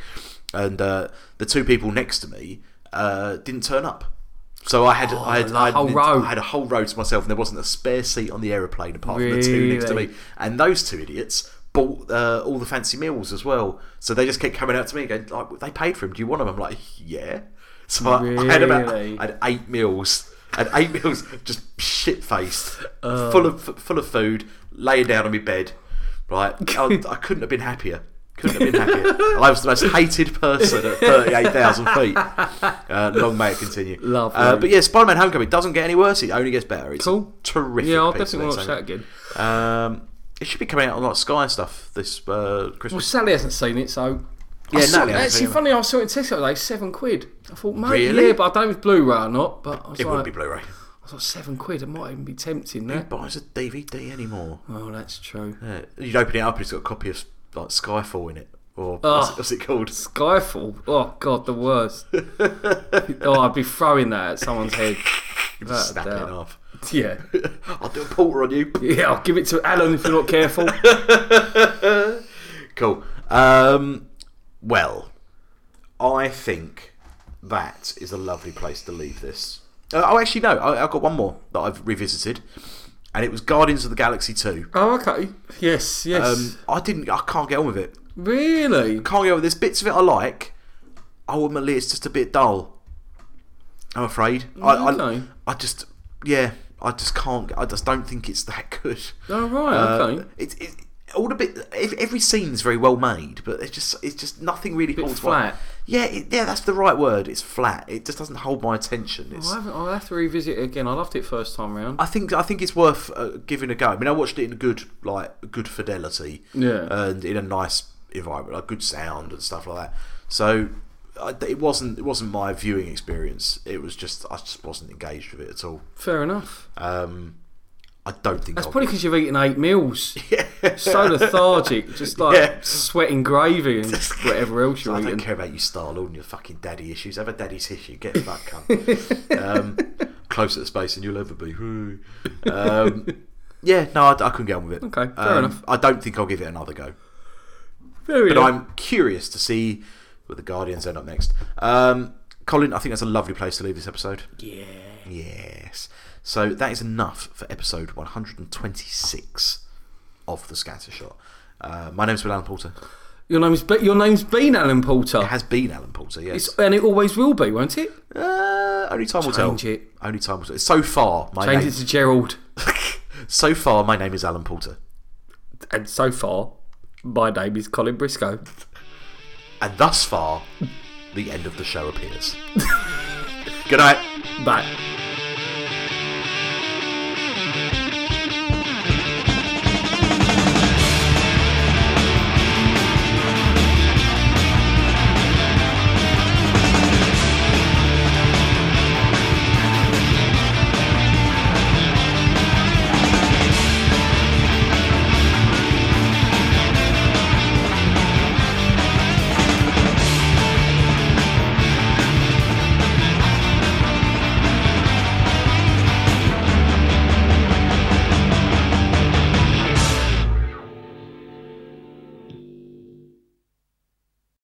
and uh, the two people next to me uh, didn't turn up, so I had I had,
the
I had,
Oh, whole
an-
row.
I had a whole row to myself, and there wasn't a spare seat on the aeroplane apart from the two next to
Really?
me. And those two idiots bought uh, all the fancy meals as well. So they just kept coming out to me and going, like, they paid for them. Do you want them? I'm like, yeah. So I, I had about I
Really?
had eight meals. I had eight meals, just shit faced,
Oh.
full of full of food, laying down on my bed. Right, I, I couldn't have been happier. Couldn't have been happier. I was the most hated person at thirty-eight thousand feet. Uh, long may it continue.
Lovely.
Uh, but yeah, Spider-Man: Homecoming doesn't get any worse. It only gets better. It's
Cool.
terrific.
Yeah, I'll
piece of
definitely watch that
entertainment.
again.
Um, it should be coming out on like Sky and stuff this uh,
Well,
Christmas.
Sally hasn't seen it, so.
Yeah,
I saw,
Natalie hasn't seen
actually,
it.
funny, I saw it in Tesco today, seven quid. I thought, mate,
Really?
yeah, but I don't know if it's Blu-ray or not. But I was
It
like,
wouldn't be Blu-ray.
I was like, seven quid, it might even be tempting
Who
that.
buys a DVD anymore?
Oh, that's true.
Yeah. You'd open it up and it's got a copy of like Skyfall in it, or
Oh.
what's, what's it called?
Skyfall. Oh God, the worst. oh, I'd be throwing that at someone's head.
You just
Without
snap
a
it in
doubt.
half.
Yeah,
I'll do a porter on you.
yeah. I'll give it to Alan if you're not careful.
Cool. Um, well, I think that is a lovely place to leave this. Uh, oh, actually, no. I, I've got one more that I've revisited, and it was Guardians of the Galaxy Two.
oh, okay. Yes, yes.
Um, I didn't. I can't get on with it.
really?
can't get over this. Bits of it I like. Ultimately, it's just a bit dull. I'm afraid. I,
Okay.
I, I just, yeah, I just can't. I just don't think it's that good.
Oh, right.
Uh,
okay.
It's it, all the bit ev- every scene's very well made, but it's just it's just nothing really
Bit
holds
flat.
My, yeah, it, yeah, that's the right word. It's flat. It just doesn't hold my attention. It's,
I haven't, I'll have to revisit it again. I loved it first time round.
I think I think it's worth uh, giving a go. I mean, I watched it in good like good fidelity,
Yeah.
and in a nice environment, like good sound and stuff like that. So I, it wasn't it wasn't my viewing experience. It was just I just wasn't engaged with it at all.
Fair enough.
Um, I don't think
That's
I'll
probably
be-
because you've eaten eight meals. So lethargic, just like
Yeah.
sweating gravy and whatever else you're
I don't
eating.
care about you, Starlord, and your fucking daddy issues. Have a daddy's issue. Get fucked, cunt. um, closer to space than you'll ever be. Um, yeah, no, I, I couldn't get on with it.
Okay, fair
Um,
enough.
I don't think I'll give it another go.
Fair
But
enough.
I'm curious to see where the Guardians end up next. Um, Colin, I think that's a lovely place to leave this episode.
yeah.
Yes. So that is enough for episode 126 of The Scattershot. Uh, my name's been Alan Porter.
Your name's be- your name's been Alan
It
Poulter,
has been Alan Porter, yes.
it's, and it always will be, won't it?
Uh, only time will
Change
tell.
it.
Only time will tell. So far, my
Change
name.
it to Gerald.
so far, my name is Alan Porter,
And so far, my name is Colin Briscoe.
and thus far, the end of the show appears. Good night.
Bye.